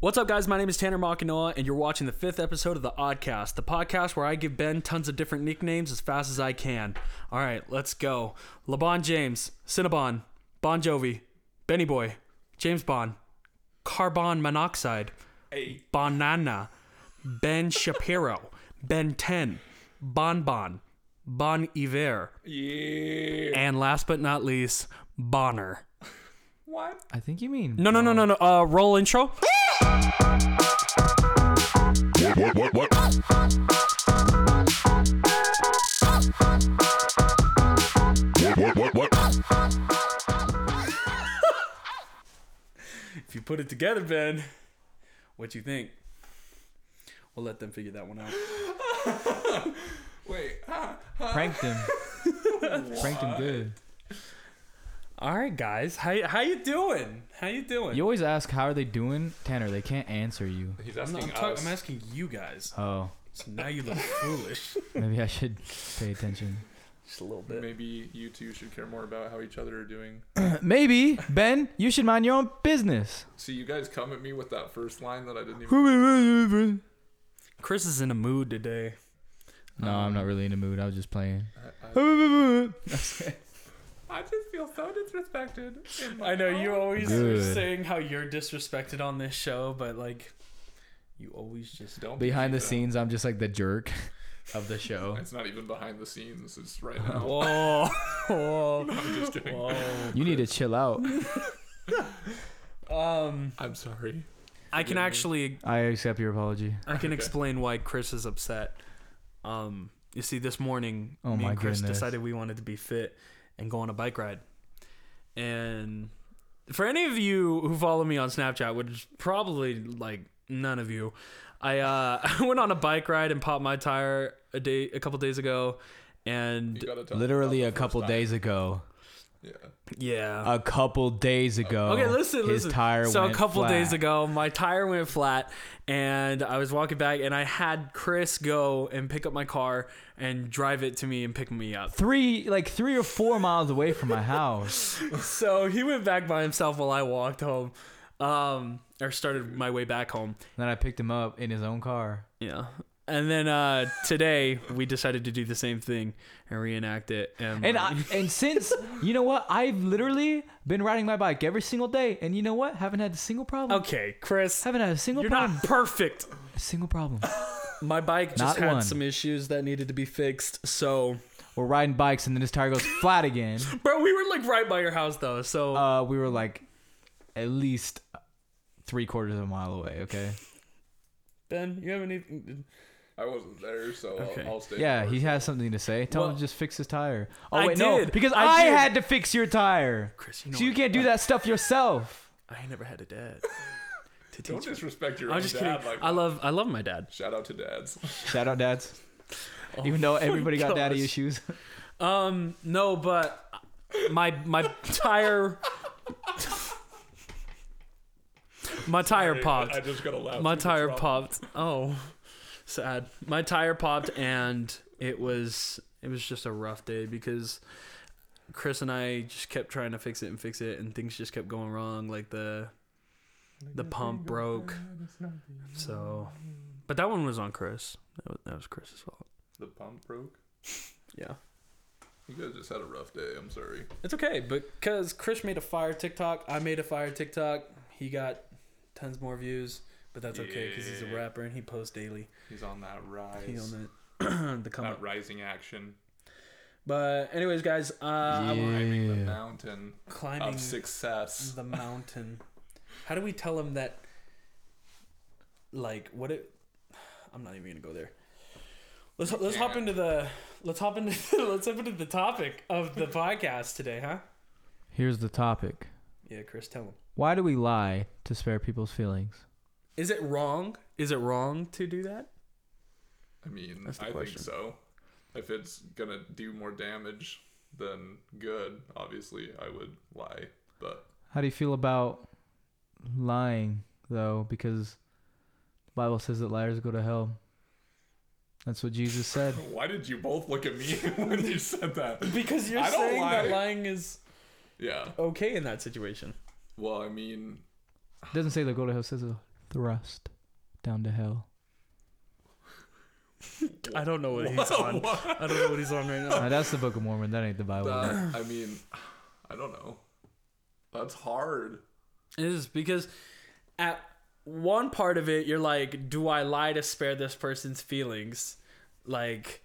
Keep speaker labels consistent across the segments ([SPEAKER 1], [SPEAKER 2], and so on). [SPEAKER 1] What's up, guys? My name is Tanner Makinoa, and you're watching the fifth episode of The Oddcast, the podcast where I give Ben tons of different nicknames as fast as I can. All right, let's go. LeBron James, Cinnabon, Bon Jovi, Benny Boy, James Bond, Carbon Monoxide, Banana, Ben Shapiro, Ben 10, Bon Bon, Bon Iver,
[SPEAKER 2] Yeah.
[SPEAKER 1] and last but not least, Bonner.
[SPEAKER 2] What?
[SPEAKER 3] I think you mean.
[SPEAKER 1] No, no, no, no, no. Uh, roll intro.
[SPEAKER 4] What, what, what, what? What, what, what, what?
[SPEAKER 1] If you put it together, Ben, what you think? We'll let them figure that one out.
[SPEAKER 2] Wait. Huh?
[SPEAKER 3] Pranked him. Pranked him good.
[SPEAKER 1] All right, guys, how how you doing? How you doing?
[SPEAKER 3] You always ask, how are they doing? Tanner, they can't answer you.
[SPEAKER 2] He's
[SPEAKER 1] I'm,
[SPEAKER 2] asking
[SPEAKER 1] not, I'm, talk-
[SPEAKER 2] us.
[SPEAKER 1] I'm asking you guys.
[SPEAKER 3] Oh,
[SPEAKER 1] So now you look foolish.
[SPEAKER 3] maybe I should pay attention.
[SPEAKER 1] Just a little
[SPEAKER 2] Maybe you two should care more about how each other are doing.
[SPEAKER 3] Maybe, Ben, you should mind your own business.
[SPEAKER 2] See, you guys come at me with that first line that I didn't even.
[SPEAKER 3] no,
[SPEAKER 1] Chris is in a mood today.
[SPEAKER 3] I'm not really in the mood. I was just playing.
[SPEAKER 2] I, I,
[SPEAKER 3] Good.
[SPEAKER 2] I just feel so disrespected. in my
[SPEAKER 1] I know you
[SPEAKER 2] own-
[SPEAKER 1] always are
[SPEAKER 3] Good.
[SPEAKER 1] saying how you're disrespected on this show, but like, you always just
[SPEAKER 2] Don't
[SPEAKER 3] Behind the
[SPEAKER 2] believe
[SPEAKER 3] scenes, I'm just like the jerk of the show.
[SPEAKER 2] it. It's not even behind the scenes. It's right now.
[SPEAKER 1] Whoa, whoa,
[SPEAKER 2] I'm just kidding.
[SPEAKER 1] whoa.
[SPEAKER 3] You need to chill out.
[SPEAKER 1] Um,
[SPEAKER 2] I'm sorry.
[SPEAKER 1] I can
[SPEAKER 2] Forgive me.
[SPEAKER 1] actually
[SPEAKER 3] I accept your apology.
[SPEAKER 1] I can
[SPEAKER 2] Okay.
[SPEAKER 1] explain why Chris is upset. Um, you see, this morning,
[SPEAKER 3] Oh
[SPEAKER 1] me
[SPEAKER 3] my
[SPEAKER 1] and Chris
[SPEAKER 3] goodness.
[SPEAKER 1] decided we wanted to be fit and go on a bike ride. And for any of you who follow me on Snapchat, which is probably like none of you, I uh, I went on a bike ride and popped my tire a day, a couple days ago,
[SPEAKER 2] You
[SPEAKER 1] and
[SPEAKER 2] gotta tell me
[SPEAKER 3] Literally
[SPEAKER 2] about
[SPEAKER 3] a
[SPEAKER 2] the
[SPEAKER 3] couple
[SPEAKER 2] first
[SPEAKER 3] days ago.
[SPEAKER 2] time. Yeah.
[SPEAKER 1] yeah.
[SPEAKER 3] A couple days ago.
[SPEAKER 1] Okay, listen,
[SPEAKER 3] his
[SPEAKER 1] listen.
[SPEAKER 3] tire
[SPEAKER 1] so
[SPEAKER 3] went
[SPEAKER 1] a couple
[SPEAKER 3] flat.
[SPEAKER 1] days ago, my tire went flat, and I was walking back, and I had Chris go and pick up my car and drive it to me and pick me up.
[SPEAKER 3] three like three or four miles away from my house.
[SPEAKER 1] So he went back by himself while I walked home, um, or started my way back home.
[SPEAKER 3] then I picked him up in his own car.
[SPEAKER 1] Yeah. And then uh, today we decided to do the same thing and reenact it. And,
[SPEAKER 3] And I, and since you know what, I've literally been riding my bike every single day, and you know what? Haven't had a single problem.
[SPEAKER 1] okay, Chris,
[SPEAKER 3] Haven't had a single
[SPEAKER 1] you're
[SPEAKER 3] problem.
[SPEAKER 1] not perfect.
[SPEAKER 3] A single problem.
[SPEAKER 1] My bike just
[SPEAKER 3] Not
[SPEAKER 1] had
[SPEAKER 3] one.
[SPEAKER 1] some issues that needed to be fixed. So,
[SPEAKER 3] We're riding bikes, and then his tire goes flat again.
[SPEAKER 1] bro, we were like right by your house though. So
[SPEAKER 3] Uh, we were like at least three quarters of a mile away. Okay.
[SPEAKER 1] Ben, you have anything?
[SPEAKER 2] I wasn't there, so
[SPEAKER 1] Okay.
[SPEAKER 2] I'll, I'll stay.
[SPEAKER 3] Yeah,
[SPEAKER 2] for
[SPEAKER 3] he
[SPEAKER 2] it.
[SPEAKER 3] has something to say. Tell him
[SPEAKER 1] Well-
[SPEAKER 3] to just fix his tire. Oh
[SPEAKER 1] I
[SPEAKER 3] wait, no,
[SPEAKER 1] did.
[SPEAKER 3] because
[SPEAKER 1] I
[SPEAKER 3] I,
[SPEAKER 1] did.
[SPEAKER 3] had to fix your tire.
[SPEAKER 1] Chris, you know
[SPEAKER 3] so you
[SPEAKER 1] I-
[SPEAKER 3] can't do that stuff yourself.
[SPEAKER 1] I ain't never had a dad to
[SPEAKER 2] Don't
[SPEAKER 1] teach me.
[SPEAKER 2] disrespect your
[SPEAKER 1] I'm
[SPEAKER 2] own
[SPEAKER 1] just kidding.
[SPEAKER 2] dad. Like,
[SPEAKER 1] I love I love my dad.
[SPEAKER 2] shout out to dads.
[SPEAKER 3] Shout out, dads.
[SPEAKER 1] Oh
[SPEAKER 3] Even though everybody got daddy
[SPEAKER 1] gosh.
[SPEAKER 3] issues.
[SPEAKER 1] Um, no, but my my tire my tire
[SPEAKER 2] I
[SPEAKER 1] popped.
[SPEAKER 2] just gotta laugh.
[SPEAKER 1] My
[SPEAKER 2] through the
[SPEAKER 1] tire
[SPEAKER 2] trauma.
[SPEAKER 1] popped. Oh, sad. My tire popped, and it was it was just a rough day because Chris and I just kept trying to fix it and fix it, and things just kept going wrong. Like the the pump broke. So, Mm. but that one was on Chris. That was, that was Chris's fault.
[SPEAKER 2] The pump broke.
[SPEAKER 1] Yeah.
[SPEAKER 2] You guys just had a rough day. I'm sorry.
[SPEAKER 1] It's okay because Chris made a fire TikTok. I made a fire TikTok. He got tons more views, but that's okay because he's a
[SPEAKER 2] Yeah.
[SPEAKER 1] rapper and he posts daily.
[SPEAKER 2] He's on that rise.
[SPEAKER 1] He on the the come
[SPEAKER 2] that
[SPEAKER 1] up.
[SPEAKER 2] rising action.
[SPEAKER 1] But anyways, guys, uh, I
[SPEAKER 3] Yeah.
[SPEAKER 1] want
[SPEAKER 2] Climbing the
[SPEAKER 3] Yeah.
[SPEAKER 2] mountain
[SPEAKER 1] climbing
[SPEAKER 2] of success.
[SPEAKER 1] the mountain. How do we tell him that? Like what it? I'm not even gonna go there. Let's let's hop
[SPEAKER 2] can't.
[SPEAKER 1] into the let's hop into let's hop into the topic of the podcast today, huh?
[SPEAKER 3] Here's the topic.
[SPEAKER 1] Yeah, Chris, tell him.
[SPEAKER 3] Why do we lie to spare people's feelings?
[SPEAKER 1] Is it wrong? Is it wrong to do that?
[SPEAKER 3] mm,
[SPEAKER 2] I mean,
[SPEAKER 1] That's the
[SPEAKER 2] I
[SPEAKER 1] question.
[SPEAKER 2] think so. If it's gonna do more damage than good, obviously I would lie. But
[SPEAKER 3] How do you feel about lying though? Because the Bible says that liars go to hell. That's what Jesus said.
[SPEAKER 2] why did you both look at me when you said that?
[SPEAKER 1] Because you're
[SPEAKER 2] I don't
[SPEAKER 1] saying that
[SPEAKER 2] lie.
[SPEAKER 1] lying is
[SPEAKER 2] Yeah.
[SPEAKER 1] okay in that situation.
[SPEAKER 2] Well, I mean,
[SPEAKER 3] It doesn't say they go to hell, it says thrust down to hell.
[SPEAKER 1] I don't know what he's on. I don't know what he's on right now.
[SPEAKER 3] Now, that's the Book of Mormon. That ain't the Bible.
[SPEAKER 2] That, uh, I mean, I don't know. That's hard.
[SPEAKER 1] It is because at one part of it, you're like, do I lie to spare this person's feelings? Like,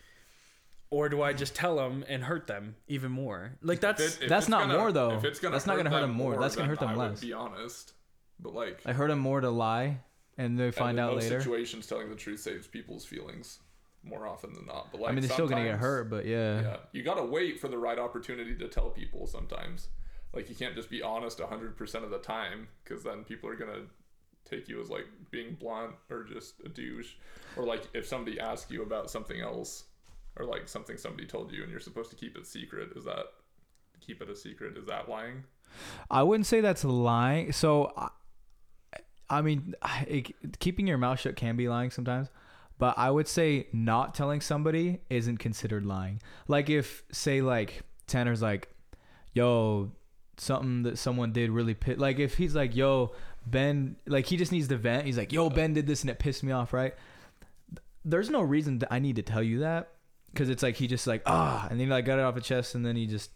[SPEAKER 1] or do I just tell them and hurt them even more? Like, that's.
[SPEAKER 2] If- if
[SPEAKER 3] That's
[SPEAKER 2] it's
[SPEAKER 3] not
[SPEAKER 2] gonna-
[SPEAKER 3] more, though.
[SPEAKER 2] If it's gonna
[SPEAKER 3] That's not gonna hurt
[SPEAKER 2] them
[SPEAKER 3] them more. That's gonna
[SPEAKER 2] then
[SPEAKER 3] hurt them
[SPEAKER 2] I
[SPEAKER 3] less.
[SPEAKER 2] Would be honest, but like
[SPEAKER 3] I heard him more to lie, and they find
[SPEAKER 2] in
[SPEAKER 3] out
[SPEAKER 2] most
[SPEAKER 3] later.
[SPEAKER 2] situations, telling the truth saves people's feelings more often than not. But like,
[SPEAKER 3] I mean, they're still gonna get
[SPEAKER 2] sometimes-
[SPEAKER 3] hurt, but yeah.
[SPEAKER 2] Yeah, you gotta wait for the right opportunity to tell people sometimes. Like you can't just be honest hundred percent of the time, because then people are gonna take you as like being blunt or just a douche, or like if somebody asks you about something else, or like something somebody told you and you're supposed to keep it secret. Is that keep it a secret? Is that lying?
[SPEAKER 3] I wouldn't say that's lying. So, I, I mean, it, keeping your mouth shut can be lying sometimes, but I would say not telling somebody isn't considered lying. Like if say like Tanner's like, yo, something that someone did really pit. Like if he's like, yo, Ben, like he just needs to vent. He's like, yo, Ben did this and it pissed me off, right? There's no reason that I need to tell you that because it's like he just like ah, and then he like got it off the chest, and then he just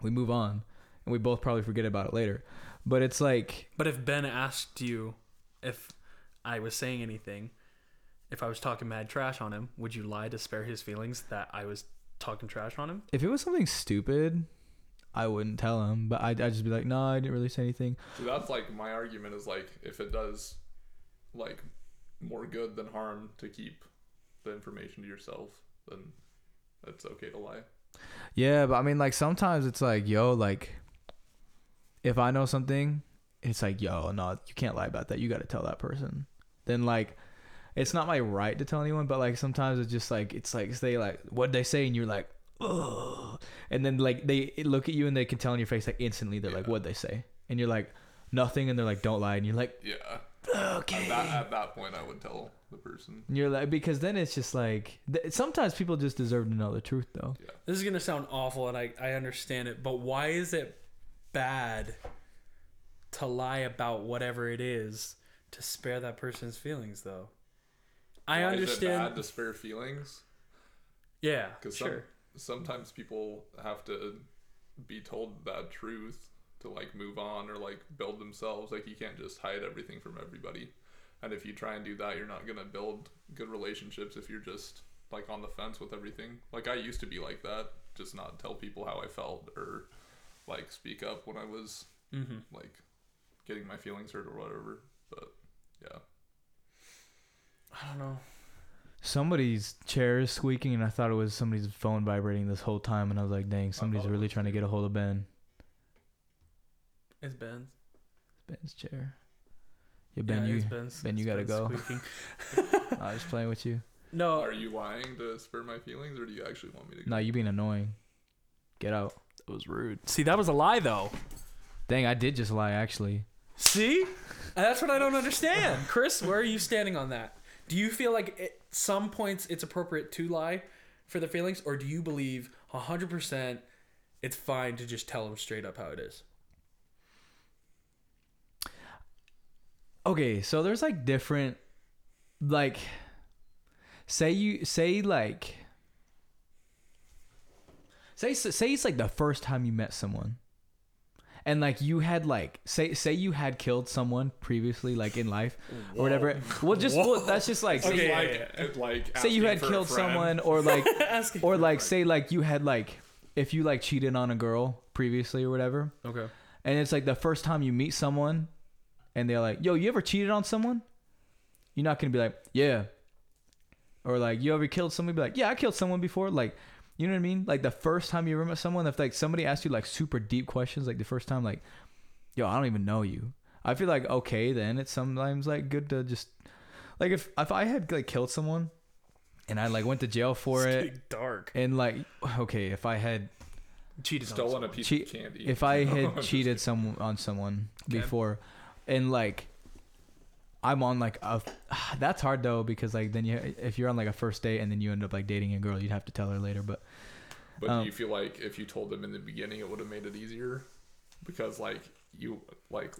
[SPEAKER 3] we move on and we both probably forget about it later. But it's like,
[SPEAKER 1] But if Ben asked you if I was saying anything, if I was talking mad trash on him, would you lie to spare his feelings that I was talking trash on him?
[SPEAKER 3] if it was something stupid, I wouldn't tell him, but I'd, I'd just be like, no, I didn't really say anything.
[SPEAKER 2] So that's like my argument is like if it does like more good than harm to keep the information to yourself, then it's okay to lie.
[SPEAKER 3] Yeah, but I mean, like, sometimes it's like, yo, like, if I know something, it's like, yo, no, you can't lie about that. You got to tell that person. Then, like, it's not my right to tell anyone, but like, sometimes it's just like, it's like, they like, what they say, and you're like, ugh. And then, like, they look at you and they can tell in your face, like, instantly, they're like,
[SPEAKER 2] Yeah.
[SPEAKER 3] what they say. And you're like, nothing. And they're like, don't lie. And you're like,
[SPEAKER 2] Yeah.
[SPEAKER 3] okay.
[SPEAKER 2] That, at that point, I would tell the person.
[SPEAKER 3] And You're like because then it's just like th- sometimes people just deserve to know the truth though.
[SPEAKER 1] This is gonna sound awful, and I, I understand it, but why is it bad to lie about whatever it is to spare that person's feelings, though? I
[SPEAKER 2] Why Is it
[SPEAKER 1] understand.
[SPEAKER 2] bad to spare feelings?
[SPEAKER 1] yeah,
[SPEAKER 2] Because
[SPEAKER 1] sure.
[SPEAKER 2] sometimes people have to be told that truth to like move on or like build themselves. Like you can't just hide everything from everybody. And if you try and do that, you're not gonna build good relationships if you're just like on the fence with everything. Like I used to be like that, just not tell people how I felt or like speak up when I was
[SPEAKER 1] Mm-hmm.
[SPEAKER 2] like getting my feelings hurt or whatever. But yeah.
[SPEAKER 1] I don't know.
[SPEAKER 3] Somebody's chair is squeaking and I thought it was somebody's phone vibrating this whole time and I was like, dang, somebody's
[SPEAKER 2] thought it
[SPEAKER 3] really
[SPEAKER 2] was
[SPEAKER 3] trying to get a hold of Ben.
[SPEAKER 1] It's Ben's.
[SPEAKER 3] Ben's chair. Yeah, Ben,
[SPEAKER 1] yeah,
[SPEAKER 3] you.
[SPEAKER 1] it's Ben's.
[SPEAKER 3] Ben, you
[SPEAKER 1] It's
[SPEAKER 3] gotta
[SPEAKER 1] Ben's
[SPEAKER 3] go.
[SPEAKER 1] squeaking.
[SPEAKER 3] I was playing with you.
[SPEAKER 1] No,
[SPEAKER 2] Are you lying to spare my feelings or do you actually want me to go?
[SPEAKER 3] No, you being annoying. Get out. It was rude.
[SPEAKER 1] see, that was a lie, though.
[SPEAKER 3] Dang, I did just lie actually.
[SPEAKER 1] See, that's what I don't understand, Chris. Where are you standing on that? Do you feel like at some points it's appropriate to lie for their feelings, or do you believe hundred percent it's fine to just tell them straight up how it is?
[SPEAKER 3] Okay, so there's like different like say you say like say say it's like the first time you met someone and like you had like say say you had killed someone previously like in life or whatever well just well, that's just like say,
[SPEAKER 1] Okay,
[SPEAKER 2] like,
[SPEAKER 1] yeah,
[SPEAKER 2] it- like
[SPEAKER 3] say you
[SPEAKER 2] asking
[SPEAKER 3] had
[SPEAKER 2] for a
[SPEAKER 3] killed
[SPEAKER 2] friend.
[SPEAKER 3] someone or like
[SPEAKER 1] Asking.
[SPEAKER 3] or like say like you had like if you like cheated on a girl previously or whatever
[SPEAKER 1] Okay.
[SPEAKER 3] and it's like the first time you meet someone and they're like, yo, you ever cheated on someone? You're not going to be like, yeah. Or like, you ever killed somebody? Be like, yeah, I killed someone before. Like, you know what I mean? Like the first time you ever met someone, if like somebody asked you like super deep questions, like the first time, like, yo, I don't even know you. I feel like, okay, then it's sometimes like good to just, like if, if I had like killed someone and I like went to jail for it
[SPEAKER 1] dark.
[SPEAKER 3] and like, okay, if I had
[SPEAKER 1] Cheated. on
[SPEAKER 2] stolen a piece
[SPEAKER 3] Cheat-
[SPEAKER 2] of candy.
[SPEAKER 3] if I
[SPEAKER 2] No, I'm
[SPEAKER 3] had
[SPEAKER 2] just
[SPEAKER 3] cheated some on someone before, and like, I'm on like a, that's hard though because like then you if you're on like a first date and then you end up like dating a girl, you'd have to tell her later. But
[SPEAKER 2] kidding. But
[SPEAKER 3] um,
[SPEAKER 2] do you feel like if you told them in the beginning, it would have made it easier? Because like you like,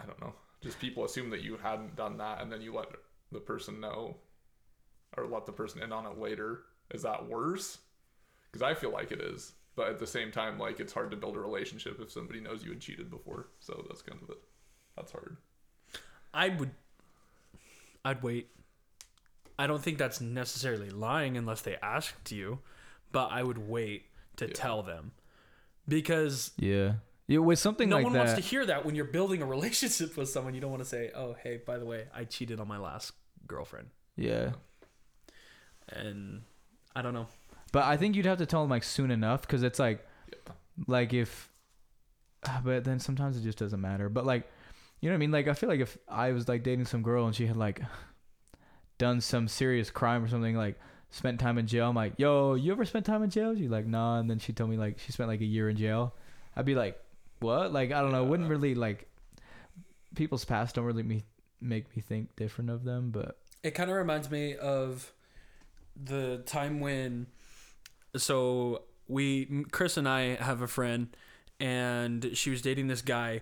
[SPEAKER 2] I don't know. Just people assume that you hadn't done that, and then you let the person know, or let the person in on it later. Is that worse? Because I feel like it is, but at the same time, like it's hard to build a relationship if somebody knows you had cheated before. So that's kind of the, that's hard.
[SPEAKER 1] I would. I'd wait. I don't think that's necessarily lying unless they asked you, but I would wait to tell them because
[SPEAKER 3] Yeah. Yeah, with something
[SPEAKER 1] no
[SPEAKER 3] like
[SPEAKER 1] one
[SPEAKER 3] that.
[SPEAKER 1] wants to hear that when you're building a relationship with someone. You don't want to say, "Oh, hey, by the way, I cheated on my last girlfriend,"
[SPEAKER 3] yeah.
[SPEAKER 1] and I don't know.
[SPEAKER 3] But I think you'd have to tell them like soon enough because it's like,
[SPEAKER 2] Yeah.
[SPEAKER 3] like if, ah, but then sometimes it just doesn't matter. But like, you know what I mean? Like I feel like if I was like dating some girl and she had like done some serious crime or something, like spent time in jail. I'm like, yo, you ever spent time in jail? She's like, nah. And then she told me like she spent like a year in jail. I'd be like, what? Like I don't know. Wouldn't
[SPEAKER 2] Yeah.
[SPEAKER 3] really like people's past don't really me make me think different of them. But
[SPEAKER 1] It kind of reminds me of the time when. So we, Chris and I have a friend, and she was dating this guy.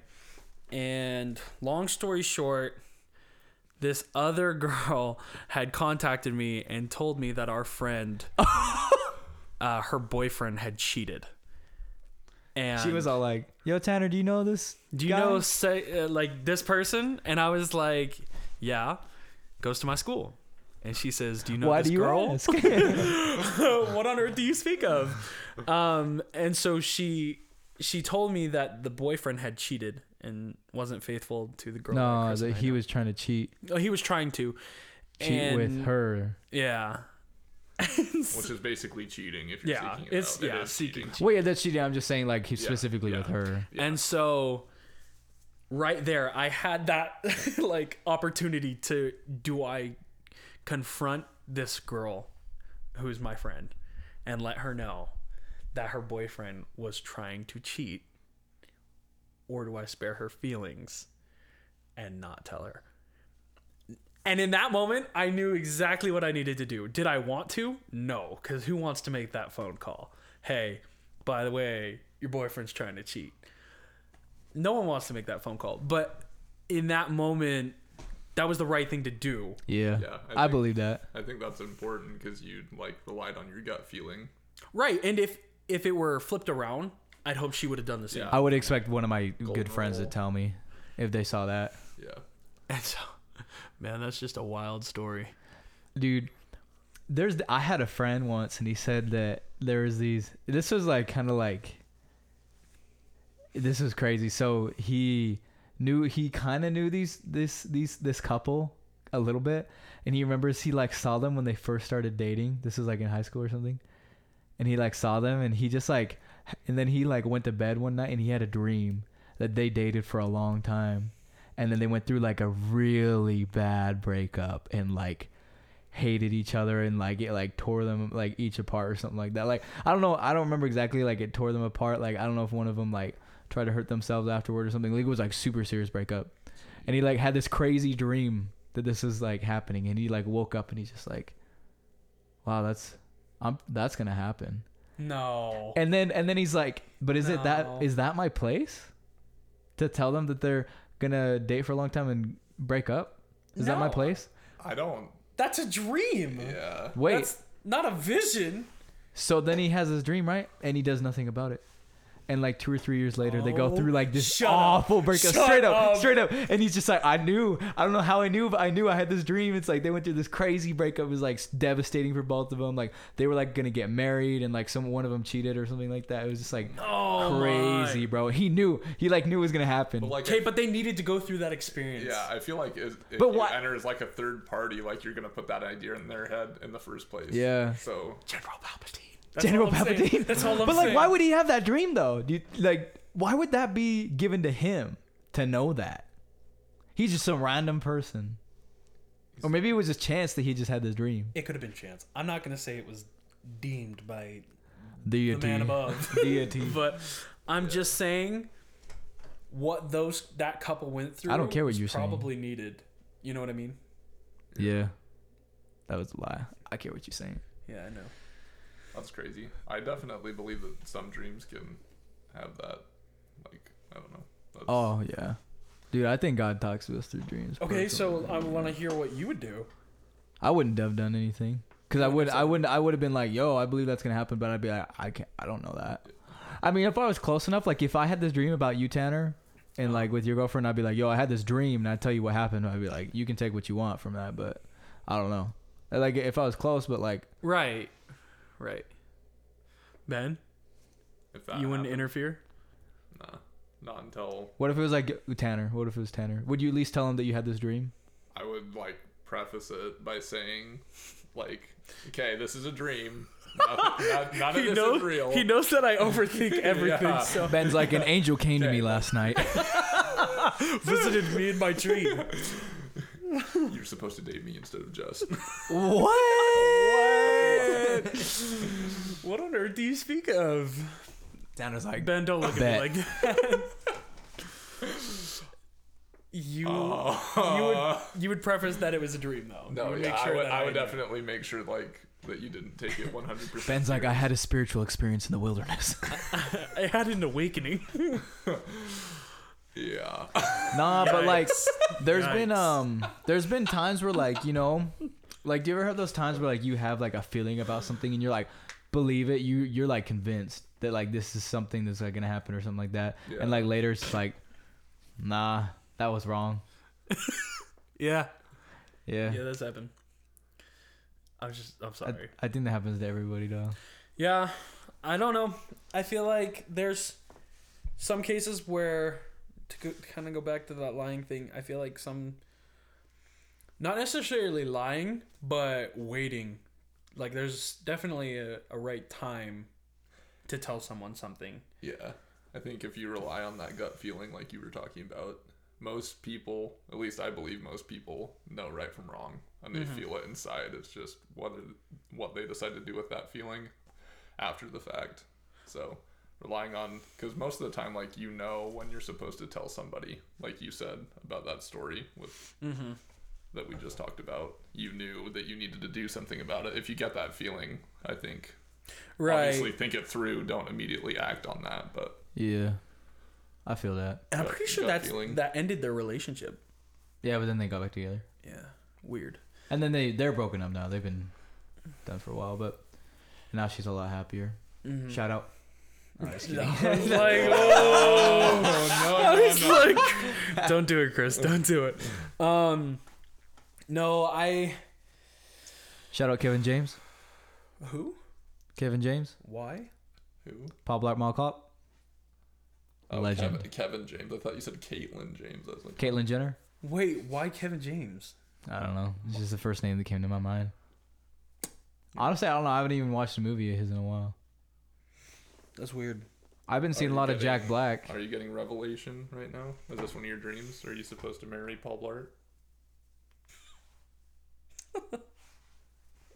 [SPEAKER 1] And long story short, this other girl had contacted me and told me that our friend, uh, her boyfriend, had cheated. And
[SPEAKER 3] she was all like, yo, Tanner, do you know this?
[SPEAKER 1] do you
[SPEAKER 3] guy?"
[SPEAKER 1] know say, uh, like this person? And I was like, yeah, goes to my school. And she says, do you know
[SPEAKER 3] Why
[SPEAKER 1] this
[SPEAKER 3] do you
[SPEAKER 1] girl?
[SPEAKER 3] ask?
[SPEAKER 1] what on earth do you speak of? Um, and so she she told me that the boyfriend had cheated and wasn't faithful to the girl. that
[SPEAKER 3] No,
[SPEAKER 1] Chris and
[SPEAKER 3] that
[SPEAKER 1] I
[SPEAKER 3] he
[SPEAKER 1] know.
[SPEAKER 3] was trying to cheat,
[SPEAKER 1] Oh, he was trying to
[SPEAKER 3] cheat with
[SPEAKER 1] And-
[SPEAKER 3] her.
[SPEAKER 1] Yeah.
[SPEAKER 2] Which is basically cheating if you're
[SPEAKER 1] Yeah,
[SPEAKER 2] seeking it
[SPEAKER 1] it's-
[SPEAKER 2] out. It
[SPEAKER 1] yeah,
[SPEAKER 2] is
[SPEAKER 1] seeking
[SPEAKER 2] cheating.
[SPEAKER 3] Wait, that's cheating. I'm just saying, like he specifically
[SPEAKER 2] yeah.
[SPEAKER 3] with her.
[SPEAKER 2] Yeah.
[SPEAKER 1] And so right there I had that like opportunity to do I confront this girl who's my friend and let her know that her boyfriend was trying to cheat or do I spare her feelings and not tell her? And in that moment, I knew exactly what I needed to do. Did I want to? No, because who wants to make that phone call? Hey, by the way, your boyfriend's trying to cheat. No one wants to make that phone call. But in that moment, that was the right thing to do.
[SPEAKER 3] Yeah,
[SPEAKER 2] Yeah,
[SPEAKER 3] I,
[SPEAKER 2] I think-
[SPEAKER 3] believe that.
[SPEAKER 2] I think that's important because you like relied on your gut feeling.
[SPEAKER 1] Right. And if if it were flipped around, I'd hope she would have done the same.
[SPEAKER 2] Yeah.
[SPEAKER 3] I would expect one of my good friends to
[SPEAKER 2] rule.
[SPEAKER 3] tell me if they saw that,
[SPEAKER 2] Yeah.
[SPEAKER 1] And so, man, that's just a wild story.
[SPEAKER 3] dude. There's I had a friend once, and he said that there was these. This was like kind of like. This was crazy. So he knew he kind of knew these this these this couple a little bit, and he remembers he like saw them when they first started dating. This was like in high school or something. and he like saw them and he just like and then he like went to bed one night and he had a dream that they dated for a long time and then they went through like a really bad breakup and like hated each other and like it like tore them like each apart or something like that like i don't know i don't remember exactly like it tore them apart like i don't know if one of them like tried to hurt themselves afterward or something like it was like super serious breakup and he like had this crazy dream that this is like happening and he like woke up and he's just like wow that's i'm that's gonna happen
[SPEAKER 1] No.
[SPEAKER 3] and then and then he's like, "But is it that
[SPEAKER 1] No.
[SPEAKER 3] is that my place to tell them that they're gonna date for a long time and break up? Is that my
[SPEAKER 1] No.
[SPEAKER 3] place?
[SPEAKER 2] I don't.
[SPEAKER 1] That's a dream.
[SPEAKER 2] Yeah.
[SPEAKER 3] Wait.
[SPEAKER 1] That's not a vision.
[SPEAKER 3] so then he has his dream, right? And he does nothing about it. And like two or three years later, they go
[SPEAKER 1] Oh,
[SPEAKER 3] through like this
[SPEAKER 1] shut up.
[SPEAKER 3] awful breakup,
[SPEAKER 1] Shut
[SPEAKER 3] straight up,
[SPEAKER 1] up.
[SPEAKER 3] straight up. And he's just like, I knew, I don't know how I knew, but I knew I had this dream. It's like they went through this crazy breakup. It was like devastating for both of them. Like they were like gonna get married, and like some one of them cheated or something like that. It was just like
[SPEAKER 1] Oh,
[SPEAKER 3] crazy, bro. He knew, he like knew it was gonna happen.
[SPEAKER 2] But like,
[SPEAKER 1] Okay, but they needed to go through that experience.
[SPEAKER 2] yeah, I feel like if, if
[SPEAKER 3] But
[SPEAKER 2] you
[SPEAKER 3] why-
[SPEAKER 2] enter as like a third party, like you're gonna put that idea in their head in the first place.
[SPEAKER 3] Yeah.
[SPEAKER 2] So
[SPEAKER 1] General Palpatine.
[SPEAKER 3] General
[SPEAKER 1] all I'm saying.
[SPEAKER 3] Palpatine.
[SPEAKER 1] That's all I'm
[SPEAKER 3] but like,
[SPEAKER 1] saying.
[SPEAKER 3] why would he have that dream though? Do you, like, why would that be given to him to know that? He's just some random person, or maybe it was just chance that he just had this dream.
[SPEAKER 1] It could have been chance. I'm not gonna say it was deemed by the
[SPEAKER 3] Deity.
[SPEAKER 1] man above,
[SPEAKER 3] Deity.
[SPEAKER 1] but I'm just saying what those that couple went through.
[SPEAKER 3] I don't care what
[SPEAKER 1] was
[SPEAKER 3] you're saying.
[SPEAKER 1] Probably needed. You know what I mean?
[SPEAKER 3] yeah, that was a lie. I care what you're saying.
[SPEAKER 1] Yeah, I know.
[SPEAKER 2] that's crazy. I definitely believe that some dreams can have that. Like I don't know. That's,
[SPEAKER 3] Oh yeah, Dude, I think God talks to us through dreams.
[SPEAKER 1] Okay,
[SPEAKER 3] personally.
[SPEAKER 1] so I want to hear what you would do.
[SPEAKER 3] I wouldn't have done anything because I would I wouldn't I would have been like, yo, I believe that's gonna happen, but I'd be like, I can't, I don't know that. I mean, if I was close enough, like if I had this dream about you, Tanner, and like with your girlfriend, I'd be like, yo, I had this dream, and I'd tell you what happened. I'd be like, you can take what you want from that, but I don't know. Like if I was close, but like
[SPEAKER 1] Right, right. Ben,
[SPEAKER 2] If that
[SPEAKER 1] you wouldn't
[SPEAKER 2] happened.
[SPEAKER 1] interfere.
[SPEAKER 2] Nah, not until
[SPEAKER 3] What if it was like Tanner? What if it was Tanner? Would you at least tell him that you had this dream?
[SPEAKER 2] I would like preface it by saying, like, okay, this is a dream. Not, not, none of
[SPEAKER 1] He
[SPEAKER 2] this
[SPEAKER 1] knows.
[SPEAKER 2] is real.
[SPEAKER 1] He knows that I overthink everything.
[SPEAKER 2] Yeah.
[SPEAKER 1] So
[SPEAKER 3] Ben's like an angel came to me
[SPEAKER 2] Okay.
[SPEAKER 3] last night.
[SPEAKER 1] visited me in my dream.
[SPEAKER 2] You're supposed to date me instead of Jess.
[SPEAKER 3] what?
[SPEAKER 1] What on earth do you speak of?
[SPEAKER 3] Tanner's like,
[SPEAKER 1] Ben, don't look
[SPEAKER 3] Bet.
[SPEAKER 1] at me like that. you you would you would preface that it was a dream though. You
[SPEAKER 2] no,
[SPEAKER 1] would
[SPEAKER 2] yeah, I would,
[SPEAKER 1] that
[SPEAKER 2] I would
[SPEAKER 1] knew.
[SPEAKER 2] definitely make sure like that you didn't take it 100. percent
[SPEAKER 3] Ben's like, I had a spiritual experience in the wilderness.
[SPEAKER 1] I had an awakening.
[SPEAKER 2] yeah.
[SPEAKER 3] nah, but like, there's been
[SPEAKER 1] Yikes.
[SPEAKER 3] um, there's been times where like you know, like do you ever have those times where like you have like a feeling about something and you're like, believe it, you you're like convinced that like this is something that's like gonna happen or something like that,
[SPEAKER 2] Yeah.
[SPEAKER 3] and like later it's like, nah, that was wrong.
[SPEAKER 1] yeah.
[SPEAKER 3] Yeah.
[SPEAKER 1] Yeah, that's happened. I was just I'm
[SPEAKER 3] I,
[SPEAKER 1] sorry.
[SPEAKER 3] I think that happens to everybody though.
[SPEAKER 1] Yeah, I don't know. I feel like there's some cases where to, go, to kind of go back to that lying thing. I feel like some, not necessarily lying, but waiting. Like there's definitely a, a right time to tell someone something.
[SPEAKER 2] Yeah. I think if you rely on that gut feeling like you were talking about, most people, at least I believe most people, know right from wrong and they feel it inside. It's just what what they decide to do with that feeling after the fact. So, relying on cuz most of the time like you know when you're supposed to tell somebody, like you said about that story with that we just talked about. You knew that you needed to do something about it. If you get that feeling, I think obviously think it through, don't immediately act on that, but
[SPEAKER 3] Yeah. I feel that.
[SPEAKER 1] And I'm
[SPEAKER 2] Gut-
[SPEAKER 1] pretty sure
[SPEAKER 2] gut
[SPEAKER 1] that's
[SPEAKER 2] feeling.
[SPEAKER 1] that ended their relationship.
[SPEAKER 3] Yeah, but then they got back together.
[SPEAKER 1] Yeah. Weird.
[SPEAKER 3] And then they they're broken up now. They've been done for a while, but now she's a lot happier. Shout out.
[SPEAKER 1] I was like, oh, I was like, don't do it, Chris. Don't do it. Um, no, I.
[SPEAKER 3] Shout out Kevin James.
[SPEAKER 1] Who?
[SPEAKER 3] Kevin James.
[SPEAKER 1] Why?
[SPEAKER 2] Who?
[SPEAKER 3] Paul Black Mall Cop. Legend.
[SPEAKER 2] Kevin, Oh, Kevin James. I thought you said Caitlin James. I was like,
[SPEAKER 3] Caitlyn Jenner.
[SPEAKER 1] Wait, why Kevin James?
[SPEAKER 3] I don't know. It's just the first name that came to my mind. Honestly, I don't know. I haven't even watched a movie of his in a while.
[SPEAKER 1] That's weird.
[SPEAKER 3] I've been seeing a
[SPEAKER 2] you
[SPEAKER 3] lot of
[SPEAKER 2] kidding?
[SPEAKER 3] Jack Black.
[SPEAKER 2] are you getting revelation right now? Is this one of your dreams? Are you supposed to marry Paul Blart?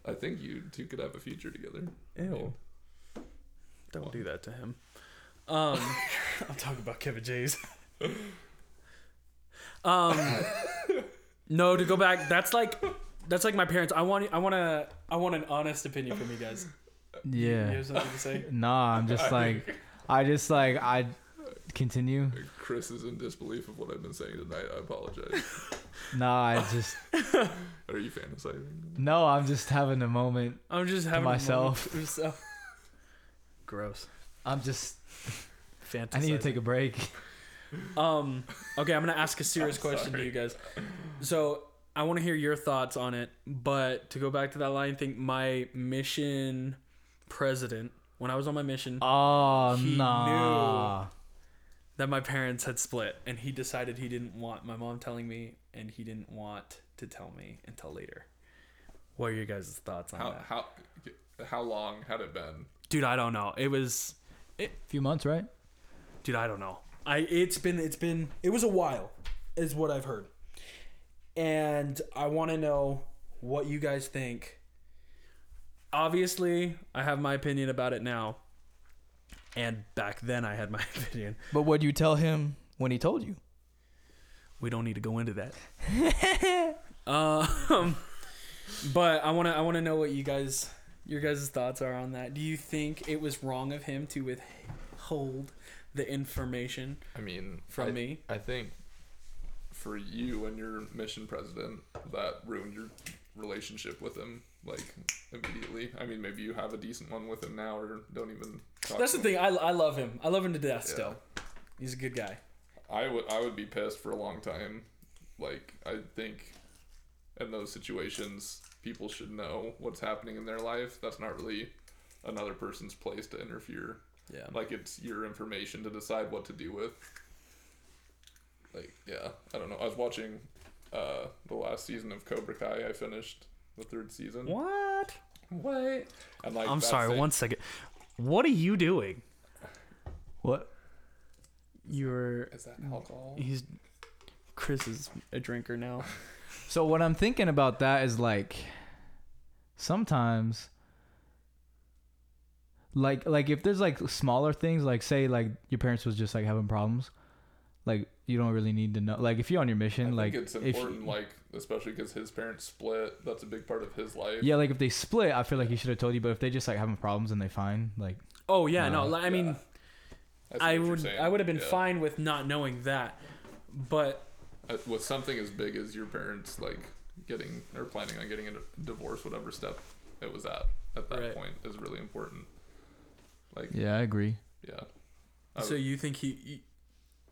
[SPEAKER 2] I think you two could have a future together.
[SPEAKER 1] Ew. Don't do that to him. Um, I'm talking about Kevin James. um, no, to go back, that's like, that's like my parents. I want, I want to, I want an honest opinion from you guys.
[SPEAKER 3] Yeah.
[SPEAKER 1] You have something to say?
[SPEAKER 3] Nah, I'm just like, I just like, I continue.
[SPEAKER 2] Chris is in disbelief of what I've been saying tonight. I apologize.
[SPEAKER 3] Nah, I just
[SPEAKER 2] are you fantasizing?
[SPEAKER 3] no. I'm just having a moment.
[SPEAKER 1] I'm just having a moment
[SPEAKER 3] myself.
[SPEAKER 1] to myself. Gross.
[SPEAKER 3] I'm just.
[SPEAKER 1] Fantastic.
[SPEAKER 3] I need to take a break.
[SPEAKER 1] Um. Okay, I'm gonna ask a serious
[SPEAKER 2] I'm
[SPEAKER 1] question to
[SPEAKER 2] sorry.
[SPEAKER 1] you guys. So I want to hear your thoughts on it. But to go back to that line thing, my mission president, when I was on my mission,
[SPEAKER 3] Oh
[SPEAKER 1] He
[SPEAKER 3] nah.
[SPEAKER 1] that my parents had split, and he decided he didn't want my mom telling me, and he didn't want to tell me until later. What are your guys' thoughts on
[SPEAKER 2] How
[SPEAKER 1] that?
[SPEAKER 2] how how long had it been?
[SPEAKER 1] Dude, I don't know. It was
[SPEAKER 3] A few months, right?
[SPEAKER 1] dude i don't know i it's been it's been it was a while is what i've heard and i want to know what you guys think obviously i have my opinion about it now and back then i had my opinion
[SPEAKER 3] But what do you tell him when he told you?
[SPEAKER 1] we don't need to go into that um but i want to i want to know what you guys your guys' thoughts are on that do you think it was wrong of him to withhold the information
[SPEAKER 2] I mean,
[SPEAKER 1] from
[SPEAKER 2] I-
[SPEAKER 1] me
[SPEAKER 2] I think for you and your mission president that ruined your relationship with him like immediately? I mean, maybe you have a decent one with him now, or don't even. Talk
[SPEAKER 1] That's
[SPEAKER 2] to
[SPEAKER 1] the
[SPEAKER 2] him.
[SPEAKER 1] thing. I, I love him. I love him to death.
[SPEAKER 2] Yeah.
[SPEAKER 1] Still, he's a good guy.
[SPEAKER 2] I would I would be pissed for a long time. Like I think in those situations people should know what's happening in their life. That's not really another person's place to interfere.
[SPEAKER 1] Yeah.
[SPEAKER 2] Like it's your information to decide what to do with. Like, yeah, I don't know. I was watching uh the last season of Cobra Kai. I finished the third season.
[SPEAKER 1] What?
[SPEAKER 2] What? And um, like
[SPEAKER 1] I'm
[SPEAKER 2] that
[SPEAKER 1] sorry.
[SPEAKER 2] thing-
[SPEAKER 1] One second. What are you doing?
[SPEAKER 3] What?
[SPEAKER 1] You're.
[SPEAKER 2] is that alcohol?
[SPEAKER 1] He's. Chris is a drinker now.
[SPEAKER 3] So what I'm thinking about that is like sometimes like like if there's like smaller things like say like your parents was just like having problems like you don't really need to know like if you're on your mission
[SPEAKER 2] I
[SPEAKER 3] like
[SPEAKER 2] think it's
[SPEAKER 3] if
[SPEAKER 2] important, like especially because his parents split. That's a big part of his life.
[SPEAKER 3] yeah like if they split I feel like he should have told you but if they just like having problems and they fine like
[SPEAKER 1] Oh yeah, no.
[SPEAKER 3] No.
[SPEAKER 1] like, I mean,
[SPEAKER 2] Yeah. see what
[SPEAKER 1] I
[SPEAKER 2] you're
[SPEAKER 1] would.
[SPEAKER 2] saying.
[SPEAKER 1] I would have been
[SPEAKER 2] Yeah.
[SPEAKER 1] fine with not knowing that, but
[SPEAKER 2] Uh, with something as big as your parents like getting or planning on getting a d- divorce, whatever step it was at at that
[SPEAKER 1] Right.
[SPEAKER 2] point is really important. Like yeah,
[SPEAKER 3] yeah I agree
[SPEAKER 2] I
[SPEAKER 1] so
[SPEAKER 2] would-
[SPEAKER 1] you think he, he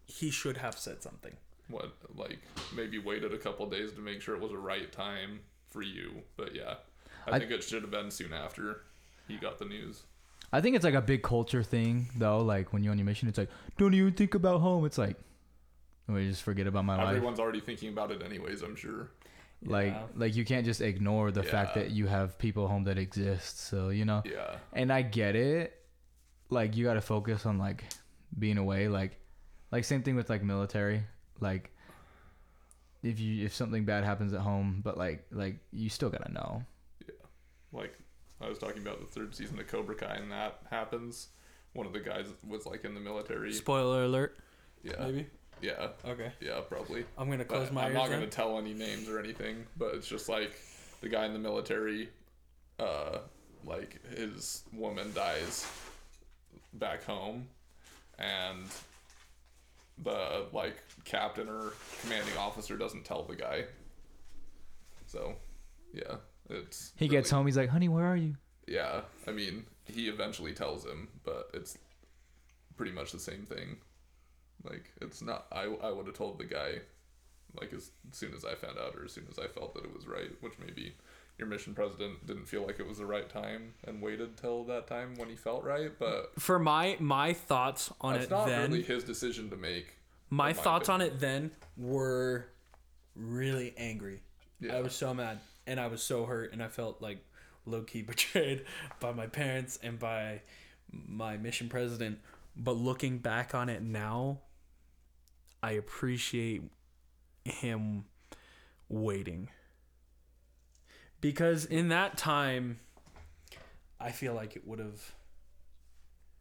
[SPEAKER 1] he should have said something?
[SPEAKER 2] what like maybe waited a couple days to make sure it was the right time for you, but yeah, I,
[SPEAKER 3] I-
[SPEAKER 2] think it should have been soon after he got the news.
[SPEAKER 3] I think it's like a big culture thing though like when you're on your mission it's like don't even think about home it's like we just forget about my life
[SPEAKER 2] Everyone's already thinking about it anyways. I'm sure.
[SPEAKER 3] like
[SPEAKER 1] Yeah.
[SPEAKER 3] like you can't just ignore the fact
[SPEAKER 2] Yeah.
[SPEAKER 3] that you have people home that exist so you know
[SPEAKER 2] Yeah,
[SPEAKER 3] and i get it like you got to focus on like being away like like same thing with like military like if you if something bad happens at home but like like you still got to know
[SPEAKER 2] like I was talking about the third season of Cobra Kai, and that happens. One of the guys was like in the military.
[SPEAKER 1] Spoiler alert.
[SPEAKER 2] Yeah,
[SPEAKER 1] Maybe.
[SPEAKER 2] yeah,
[SPEAKER 1] Okay.
[SPEAKER 2] yeah, probably.
[SPEAKER 1] I'm gonna
[SPEAKER 2] But
[SPEAKER 1] close my
[SPEAKER 2] I'm
[SPEAKER 1] ears.
[SPEAKER 2] not
[SPEAKER 1] then.
[SPEAKER 2] going to tell any names or anything, but it's just like the guy in the military, uh, like his woman dies back home, and the like captain or commanding officer doesn't tell the guy. So, yeah, it's
[SPEAKER 3] he gets home he's like honey where are you
[SPEAKER 2] yeah. I mean, he eventually tells him, but it's pretty much the same thing. Like it's not. I I would have told the guy, like as soon as I found out or as soon as I felt that it was right, which maybe your mission president didn't feel like it was the right time and waited till that time when he felt right. But
[SPEAKER 1] For my my thoughts on
[SPEAKER 2] it's
[SPEAKER 1] it
[SPEAKER 2] not
[SPEAKER 1] then.
[SPEAKER 2] really his decision to make.
[SPEAKER 1] my
[SPEAKER 2] my
[SPEAKER 1] thoughts on it then were really angry. I was so mad and I was so hurt and I felt like low key betrayed by my parents and by my mission president. But looking back on it now, I appreciate him waiting. Because in that time, I feel like it would have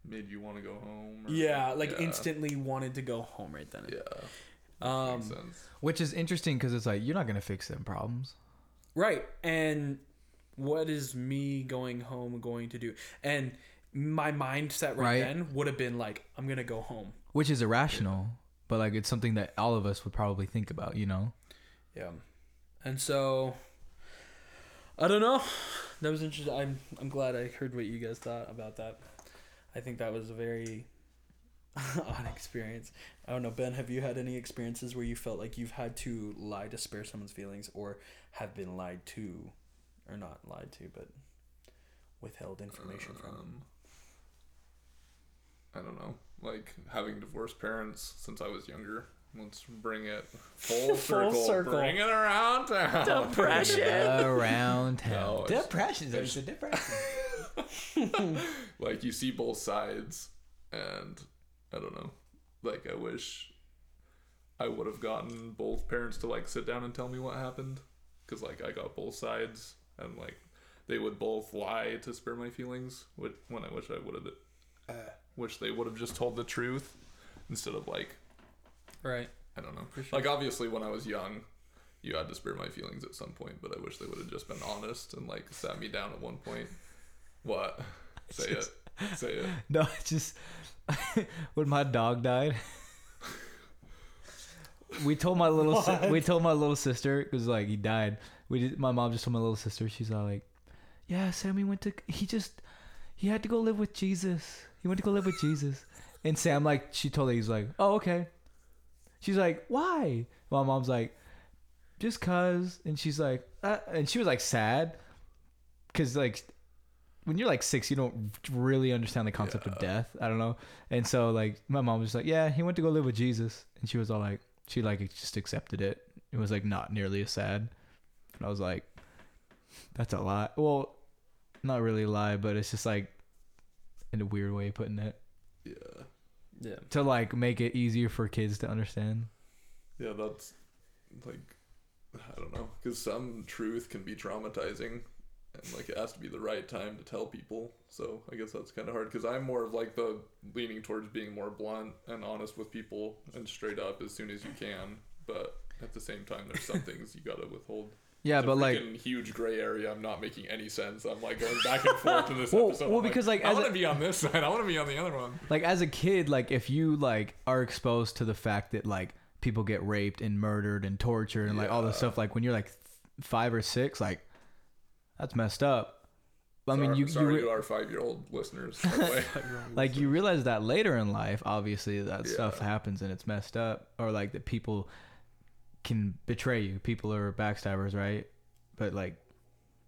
[SPEAKER 2] Made you want to go home. Or,
[SPEAKER 1] yeah, like
[SPEAKER 2] yeah,
[SPEAKER 1] instantly wanted to go home right then.
[SPEAKER 2] Yeah,
[SPEAKER 1] Um,
[SPEAKER 2] makes sense.
[SPEAKER 3] which is interesting because it's like you're not gonna fix them problems
[SPEAKER 1] Right. And what is me going home going to do? And my mindset right,
[SPEAKER 3] Right.
[SPEAKER 1] then would have been like, I'm going to go home.
[SPEAKER 3] which is irrational but like it's something that all of us would probably think about you know
[SPEAKER 1] Yeah. And so I don't know. That was interesting. I'm I'm glad I heard what you guys thought about that. I think that was a very odd experience. I don't know, Ben, have you had any experiences where you felt like you've had to lie to spare someone's feelings or have been lied to or not lied to, but withheld information from?
[SPEAKER 2] Um, I don't know. Like having divorced parents since I was younger. Let's bring it full,
[SPEAKER 1] Full
[SPEAKER 2] circle.
[SPEAKER 1] circle.
[SPEAKER 2] Bring it around town.
[SPEAKER 3] around town
[SPEAKER 2] No, it's-
[SPEAKER 3] depression it's a depression
[SPEAKER 2] like you see both sides, and I don't know. Like I wish I would have gotten both parents to like sit down and tell me what happened, because like I got both sides, and like they would both lie to spare my feelings. Which when I wish I would have, wish they would have just told the truth instead of like
[SPEAKER 1] Right.
[SPEAKER 2] I don't know. Like obviously, when I was young, you had to spare my feelings at some point, but I wish they would have just been honest and like sat me down at one point. What? Say it. Say it.
[SPEAKER 3] No, it's just when my dog died. we told my little si- we told my little sister it was like he died. We did, my mom just told my little sister. She's all like, "Yeah, Sammy went to he just he had to go live with Jesus. He went to go live with Jesus." And Sam like she told her he's like, "Oh okay." She's like, "Why?" My mom's like, "Just cause." And she's like, uh, and she was like sad because like when you're like six, you don't really understand the concept of death. I don't know. And so like my mom was just like, yeah, he went to go live with Jesus, and she was all like, she like just accepted it. It was like not nearly as sad. And I was like, that's a lie. Well, not really a lie, but it's just like in a weird way of putting it
[SPEAKER 2] Yeah.
[SPEAKER 1] Yeah.
[SPEAKER 3] to like make it easier for kids to understand.
[SPEAKER 2] Yeah, that's like I don't know, because some truth can be traumatizing, and like it has to be the right time to tell people. So I guess that's kind of hard. Because I'm more of like the leaning towards being more blunt and honest with people and straight up as soon as you can. But at the same time, there's some things you gotta withhold.
[SPEAKER 3] Yeah,
[SPEAKER 2] It's a
[SPEAKER 3] but like
[SPEAKER 2] freaking huge gray area. I'm not making any sense. I'm like going back and forth in this
[SPEAKER 3] Well-
[SPEAKER 2] episode.
[SPEAKER 3] well,
[SPEAKER 2] I'm
[SPEAKER 3] because, like,
[SPEAKER 2] I
[SPEAKER 3] as
[SPEAKER 2] want
[SPEAKER 3] a-
[SPEAKER 2] to be on this side. I want to be on the other one.
[SPEAKER 3] like as a kid like if you like are exposed to the fact that like people get raped and murdered and tortured and like all this
[SPEAKER 2] Yeah.
[SPEAKER 3] stuff like when you're like th- five or six like that's messed up i mean
[SPEAKER 2] Sorry-
[SPEAKER 3] you,
[SPEAKER 2] sorry
[SPEAKER 3] you Oh, re-
[SPEAKER 2] to our five year old listeners. by the way.
[SPEAKER 3] like you realize that later in life obviously that stuff
[SPEAKER 2] Yeah.
[SPEAKER 3] happens and it's messed up or like that people can betray you people are backstabbers right but like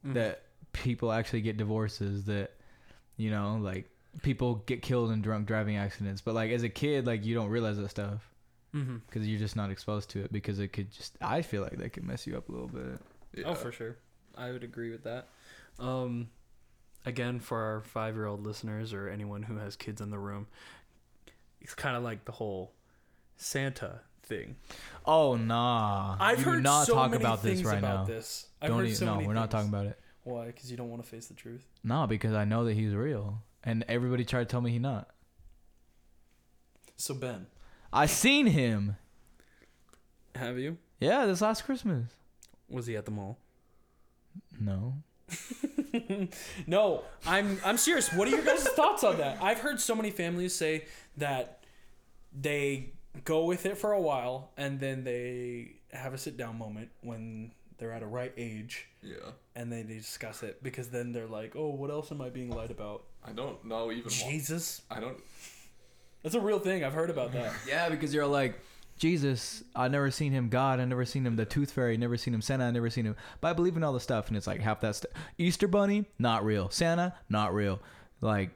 [SPEAKER 1] Mm.
[SPEAKER 3] that people actually get divorces that you know like people get killed in drunk driving accidents but like as a kid like you don't realize that stuff
[SPEAKER 1] Mm-hmm.
[SPEAKER 3] because you're just not exposed to it because it could just i feel like that could mess you up a little bit
[SPEAKER 2] Yeah.
[SPEAKER 1] Oh, for sure. I would agree with that. Um, again, for our five-year-old listeners or anyone who has kids in the room, it's kind of like the whole Santa thing.
[SPEAKER 3] oh nah
[SPEAKER 1] I've
[SPEAKER 3] You
[SPEAKER 1] heard
[SPEAKER 3] not
[SPEAKER 1] so
[SPEAKER 3] talk
[SPEAKER 1] many
[SPEAKER 3] about
[SPEAKER 1] things
[SPEAKER 3] this right
[SPEAKER 1] about
[SPEAKER 3] now
[SPEAKER 1] this. I've
[SPEAKER 3] don't
[SPEAKER 1] heard
[SPEAKER 3] even
[SPEAKER 1] so
[SPEAKER 3] no
[SPEAKER 1] many
[SPEAKER 3] we're
[SPEAKER 1] things.
[SPEAKER 3] not talking about it
[SPEAKER 1] Why? Because you don't want to face the truth.
[SPEAKER 3] nah because i know that he's real and everybody tried to tell me he not
[SPEAKER 1] So Ben,
[SPEAKER 3] i seen him
[SPEAKER 1] have you?
[SPEAKER 3] yeah this last christmas
[SPEAKER 1] Was he at the mall?
[SPEAKER 3] no
[SPEAKER 1] No, I'm I'm serious. What are your guys' thoughts on that? I've heard so many families say that they go with it for a while and then they have a sit down moment when they're at a right age
[SPEAKER 2] Yeah.
[SPEAKER 1] and they discuss it because then they're like, "Oh, what else am I being lied about?"
[SPEAKER 2] I don't know even. why
[SPEAKER 1] Jesus.
[SPEAKER 2] I don't.
[SPEAKER 1] That's a real thing. I've heard about that.
[SPEAKER 3] yeah because you're like jesus i never seen him god i never seen him the tooth fairy never seen him santa i never seen him but i believe in all the stuff and it's like half that stuff easter bunny not real santa not real like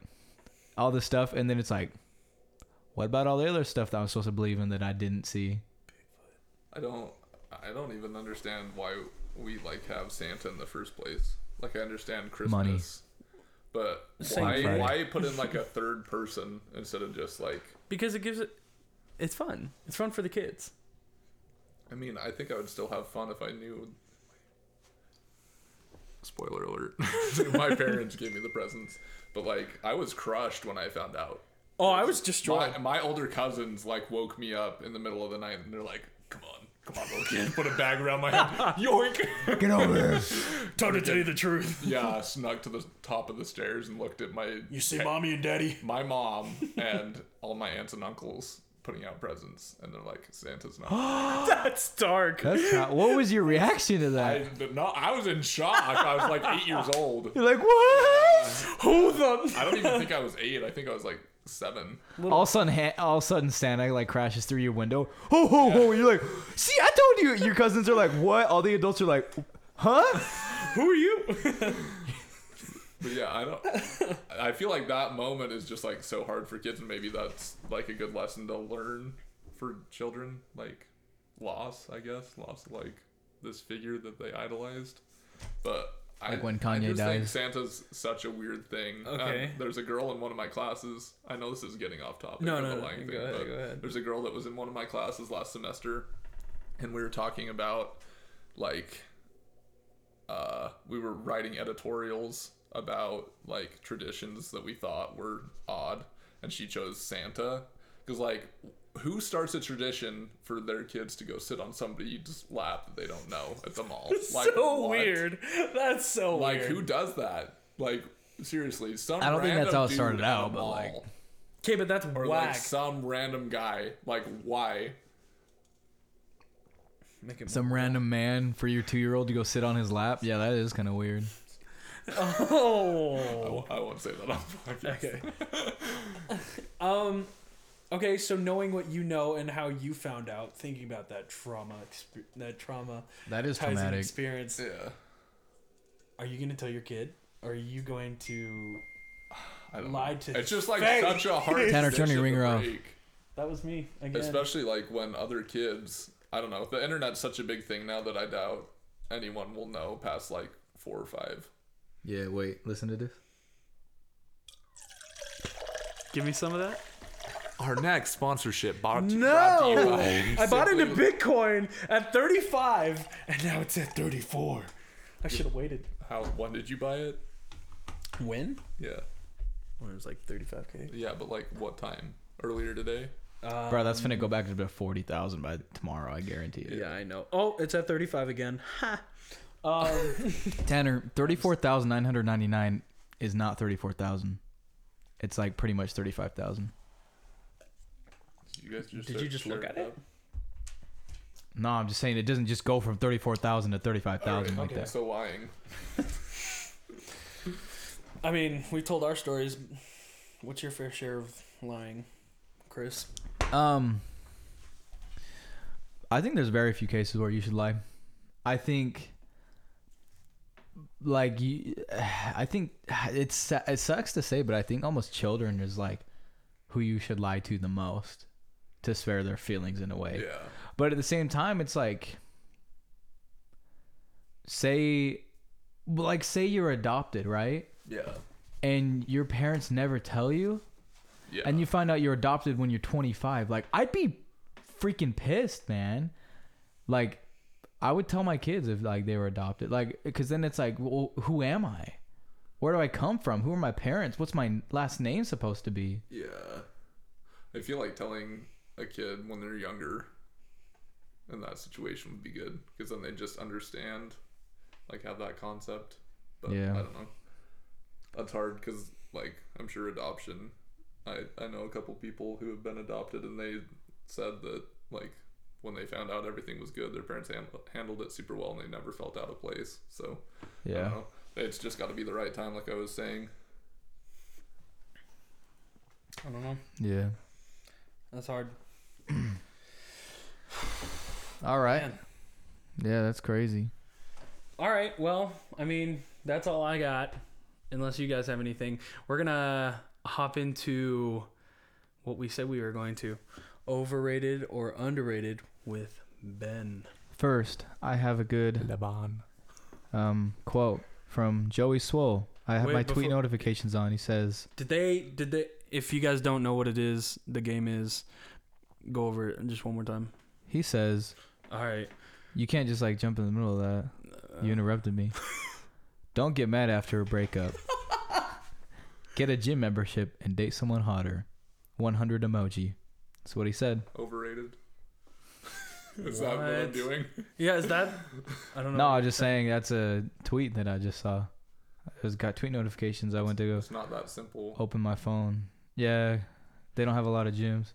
[SPEAKER 3] all this stuff and then it's like what about all the other stuff that i was supposed to believe in that i didn't see
[SPEAKER 2] I don't. I don't even understand why we like have Santa in the first place. Like I understand Christmas,
[SPEAKER 3] Money.
[SPEAKER 2] but
[SPEAKER 1] Same
[SPEAKER 2] why?
[SPEAKER 3] thing.
[SPEAKER 2] Why put in like a third person instead of just like?
[SPEAKER 1] Because it gives it it's fun. It's fun for the kids.
[SPEAKER 2] I mean, I think I would still have fun if I knew. Spoiler alert! My parents gave me the presents, but like I was crushed when I found out.
[SPEAKER 1] Oh, I was destroyed.
[SPEAKER 2] My, my older cousins like woke me up in the middle of the night and they're like, "Come on, come on, little kid!" Put a bag around my head. Yoink!
[SPEAKER 3] get over here
[SPEAKER 1] Time to tell you the truth.
[SPEAKER 2] Yeah, I snuck to the top of the stairs and looked at my
[SPEAKER 1] You see mommy and daddy?
[SPEAKER 2] my mom and all my aunts and uncles putting out presents, and they're like, "Santa's not."
[SPEAKER 1] That's dark.
[SPEAKER 3] That's not- what was your reaction to that
[SPEAKER 2] I, did not- I was in shock. I was like eight years old.
[SPEAKER 3] you're like what
[SPEAKER 1] Who the
[SPEAKER 2] I don't even think I was eight. I think I was like seven.
[SPEAKER 3] all of a sudden ha- all of a sudden santa like crashes through your window ho ho ho you're like see i told you your cousins are like what all the adults are like huh
[SPEAKER 1] Who are you?
[SPEAKER 2] But yeah, I don't. I feel like that moment is just like so hard for kids, and maybe that's like a good lesson to learn for children, like loss, I guess, loss of like this figure that they idolized. But
[SPEAKER 3] Like
[SPEAKER 2] I,
[SPEAKER 3] when
[SPEAKER 2] I
[SPEAKER 3] Kanye
[SPEAKER 2] just think
[SPEAKER 3] dies.
[SPEAKER 2] Santa's such a weird thing. Um,
[SPEAKER 1] Okay.
[SPEAKER 2] there's a girl in one of my classes. I know this is getting off topic.
[SPEAKER 1] No,
[SPEAKER 2] of
[SPEAKER 1] no,
[SPEAKER 2] the
[SPEAKER 1] no,
[SPEAKER 2] lying
[SPEAKER 1] go ahead, go ahead.
[SPEAKER 2] There's a girl that was in one of my classes last semester, and we were talking about like uh, we were writing editorials about like traditions that we thought were odd, and she chose Santa because like who starts a tradition for their kids to go sit on somebody's lap that they don't know at the mall? Like,
[SPEAKER 1] so
[SPEAKER 2] what?
[SPEAKER 1] weird. That's so
[SPEAKER 2] Like
[SPEAKER 1] weird.
[SPEAKER 2] who does that? Like seriously, some
[SPEAKER 3] I don't think that's
[SPEAKER 2] random
[SPEAKER 3] how it
[SPEAKER 2] dude
[SPEAKER 3] started
[SPEAKER 2] at a
[SPEAKER 3] out, but,
[SPEAKER 2] mall,
[SPEAKER 3] like-
[SPEAKER 1] Okay, but that's
[SPEAKER 2] or
[SPEAKER 1] whack.
[SPEAKER 2] like some random guy. Like why?
[SPEAKER 1] Make it
[SPEAKER 3] Some random man for your two year old to go sit on his lap. Yeah, that is kind of weird.
[SPEAKER 2] I
[SPEAKER 1] Oh.
[SPEAKER 2] w- I won't say that on podcast.
[SPEAKER 1] Okay. um. Okay, so knowing what you know and how you found out, thinking about that trauma, expe- that trauma,
[SPEAKER 3] That is
[SPEAKER 1] traumatizing
[SPEAKER 3] traumatic.
[SPEAKER 1] experience,
[SPEAKER 2] Yeah.
[SPEAKER 1] are you gonna tell your kid? Or are you going to?
[SPEAKER 2] I don't
[SPEAKER 1] Lied
[SPEAKER 2] know.
[SPEAKER 1] to
[SPEAKER 2] It's just like
[SPEAKER 1] face.
[SPEAKER 2] such a hard
[SPEAKER 3] Tanner,
[SPEAKER 2] decision
[SPEAKER 3] turn your
[SPEAKER 2] to
[SPEAKER 3] ringer off.
[SPEAKER 2] break.
[SPEAKER 1] That was me again.
[SPEAKER 2] Especially like when other kids, I don't know, the internet's such a big thing now that I doubt anyone will know past like four or five.
[SPEAKER 3] Yeah, wait, listen to this.
[SPEAKER 1] Give me some of that.
[SPEAKER 2] Our next sponsorship bought
[SPEAKER 1] No, I bought into Bitcoin at 35, and now it's at 34. I should have waited.
[SPEAKER 2] How? When did you buy it?
[SPEAKER 1] When?
[SPEAKER 2] Yeah,
[SPEAKER 1] When it was like 35k.
[SPEAKER 2] yeah, but like what time? Earlier today?
[SPEAKER 1] Uh,
[SPEAKER 3] Bro, that's gonna go back to about forty thousand by tomorrow. I guarantee it.
[SPEAKER 1] Yeah, I know. Oh, it's at 35 again. Ha. Um,
[SPEAKER 3] Tanner, thirty-four thousand nine hundred ninety-nine is not thirty-four thousand. It's like pretty much thirty-five thousand.
[SPEAKER 2] Did you guys just?
[SPEAKER 1] Did you just
[SPEAKER 2] sure
[SPEAKER 1] look at it?
[SPEAKER 2] up?
[SPEAKER 3] No, I'm just saying it doesn't just go from thirty-four thousand to thirty-five thousand like
[SPEAKER 2] Alright, okay,
[SPEAKER 3] that.
[SPEAKER 2] So lying.
[SPEAKER 1] I mean, we told our stories. What's your fair share of lying, Chris?
[SPEAKER 3] Um, I think there's very few cases where you should lie. I think, like you, I think it's it sucks to say, but I think almost children is like who you should lie to the most to spare their feelings in a way.
[SPEAKER 2] Yeah.
[SPEAKER 3] But at the same time, it's like, say, like say you're adopted, right?
[SPEAKER 2] Yeah.
[SPEAKER 3] And your parents never tell you
[SPEAKER 2] Yeah.
[SPEAKER 3] and you find out you're adopted when you're 25 like i'd be freaking pissed man like i would tell my kids if like they were adopted like because then it's like well, who am i where do i come from who are my parents what's my last name supposed to be
[SPEAKER 2] Yeah. I feel like telling a kid when they're younger in that situation would be good because then they just understand, like, have that concept. But
[SPEAKER 3] Yeah.
[SPEAKER 2] I don't know. That's hard because, like, I'm sure adoption. I, I know a couple people who have been adopted and they said that, like, when they found out everything was good, their parents hand, handled it super well and they never felt out of place. So, I don't know. It's just got to be the right time, like I was saying.
[SPEAKER 1] I don't know.
[SPEAKER 3] yeah
[SPEAKER 1] That's hard.
[SPEAKER 3] all right
[SPEAKER 1] Man.
[SPEAKER 3] yeah that's crazy
[SPEAKER 1] All right. Well, I mean, that's all I got. Unless you guys have anything, we're gonna hop into what we said we were going to: overrated or underrated with Ben.
[SPEAKER 3] first i have a good
[SPEAKER 2] Lebanon.
[SPEAKER 3] um quote from joey swole i have
[SPEAKER 1] Wait,
[SPEAKER 3] my tweet
[SPEAKER 1] before-
[SPEAKER 3] notifications on he says
[SPEAKER 1] Did they? Did they? If you guys don't know what it is, the game is. Go over it just one more time.
[SPEAKER 3] he says
[SPEAKER 1] All right.
[SPEAKER 3] you can't just like jump in the middle of that
[SPEAKER 1] Uh.
[SPEAKER 3] You interrupted me. Don't get mad after a breakup. get a gym membership and date someone hotter. 100 emoji. That's what he said.
[SPEAKER 2] Overrated. Is that what I'm
[SPEAKER 1] What?
[SPEAKER 2] doing?
[SPEAKER 1] Yeah, is that? I don't know.
[SPEAKER 3] No, I'm just saying that's a tweet that I just saw. I just got tweet notifications. I went to go
[SPEAKER 2] It's not that simple.
[SPEAKER 3] open my phone. Yeah, they don't have a lot of gyms.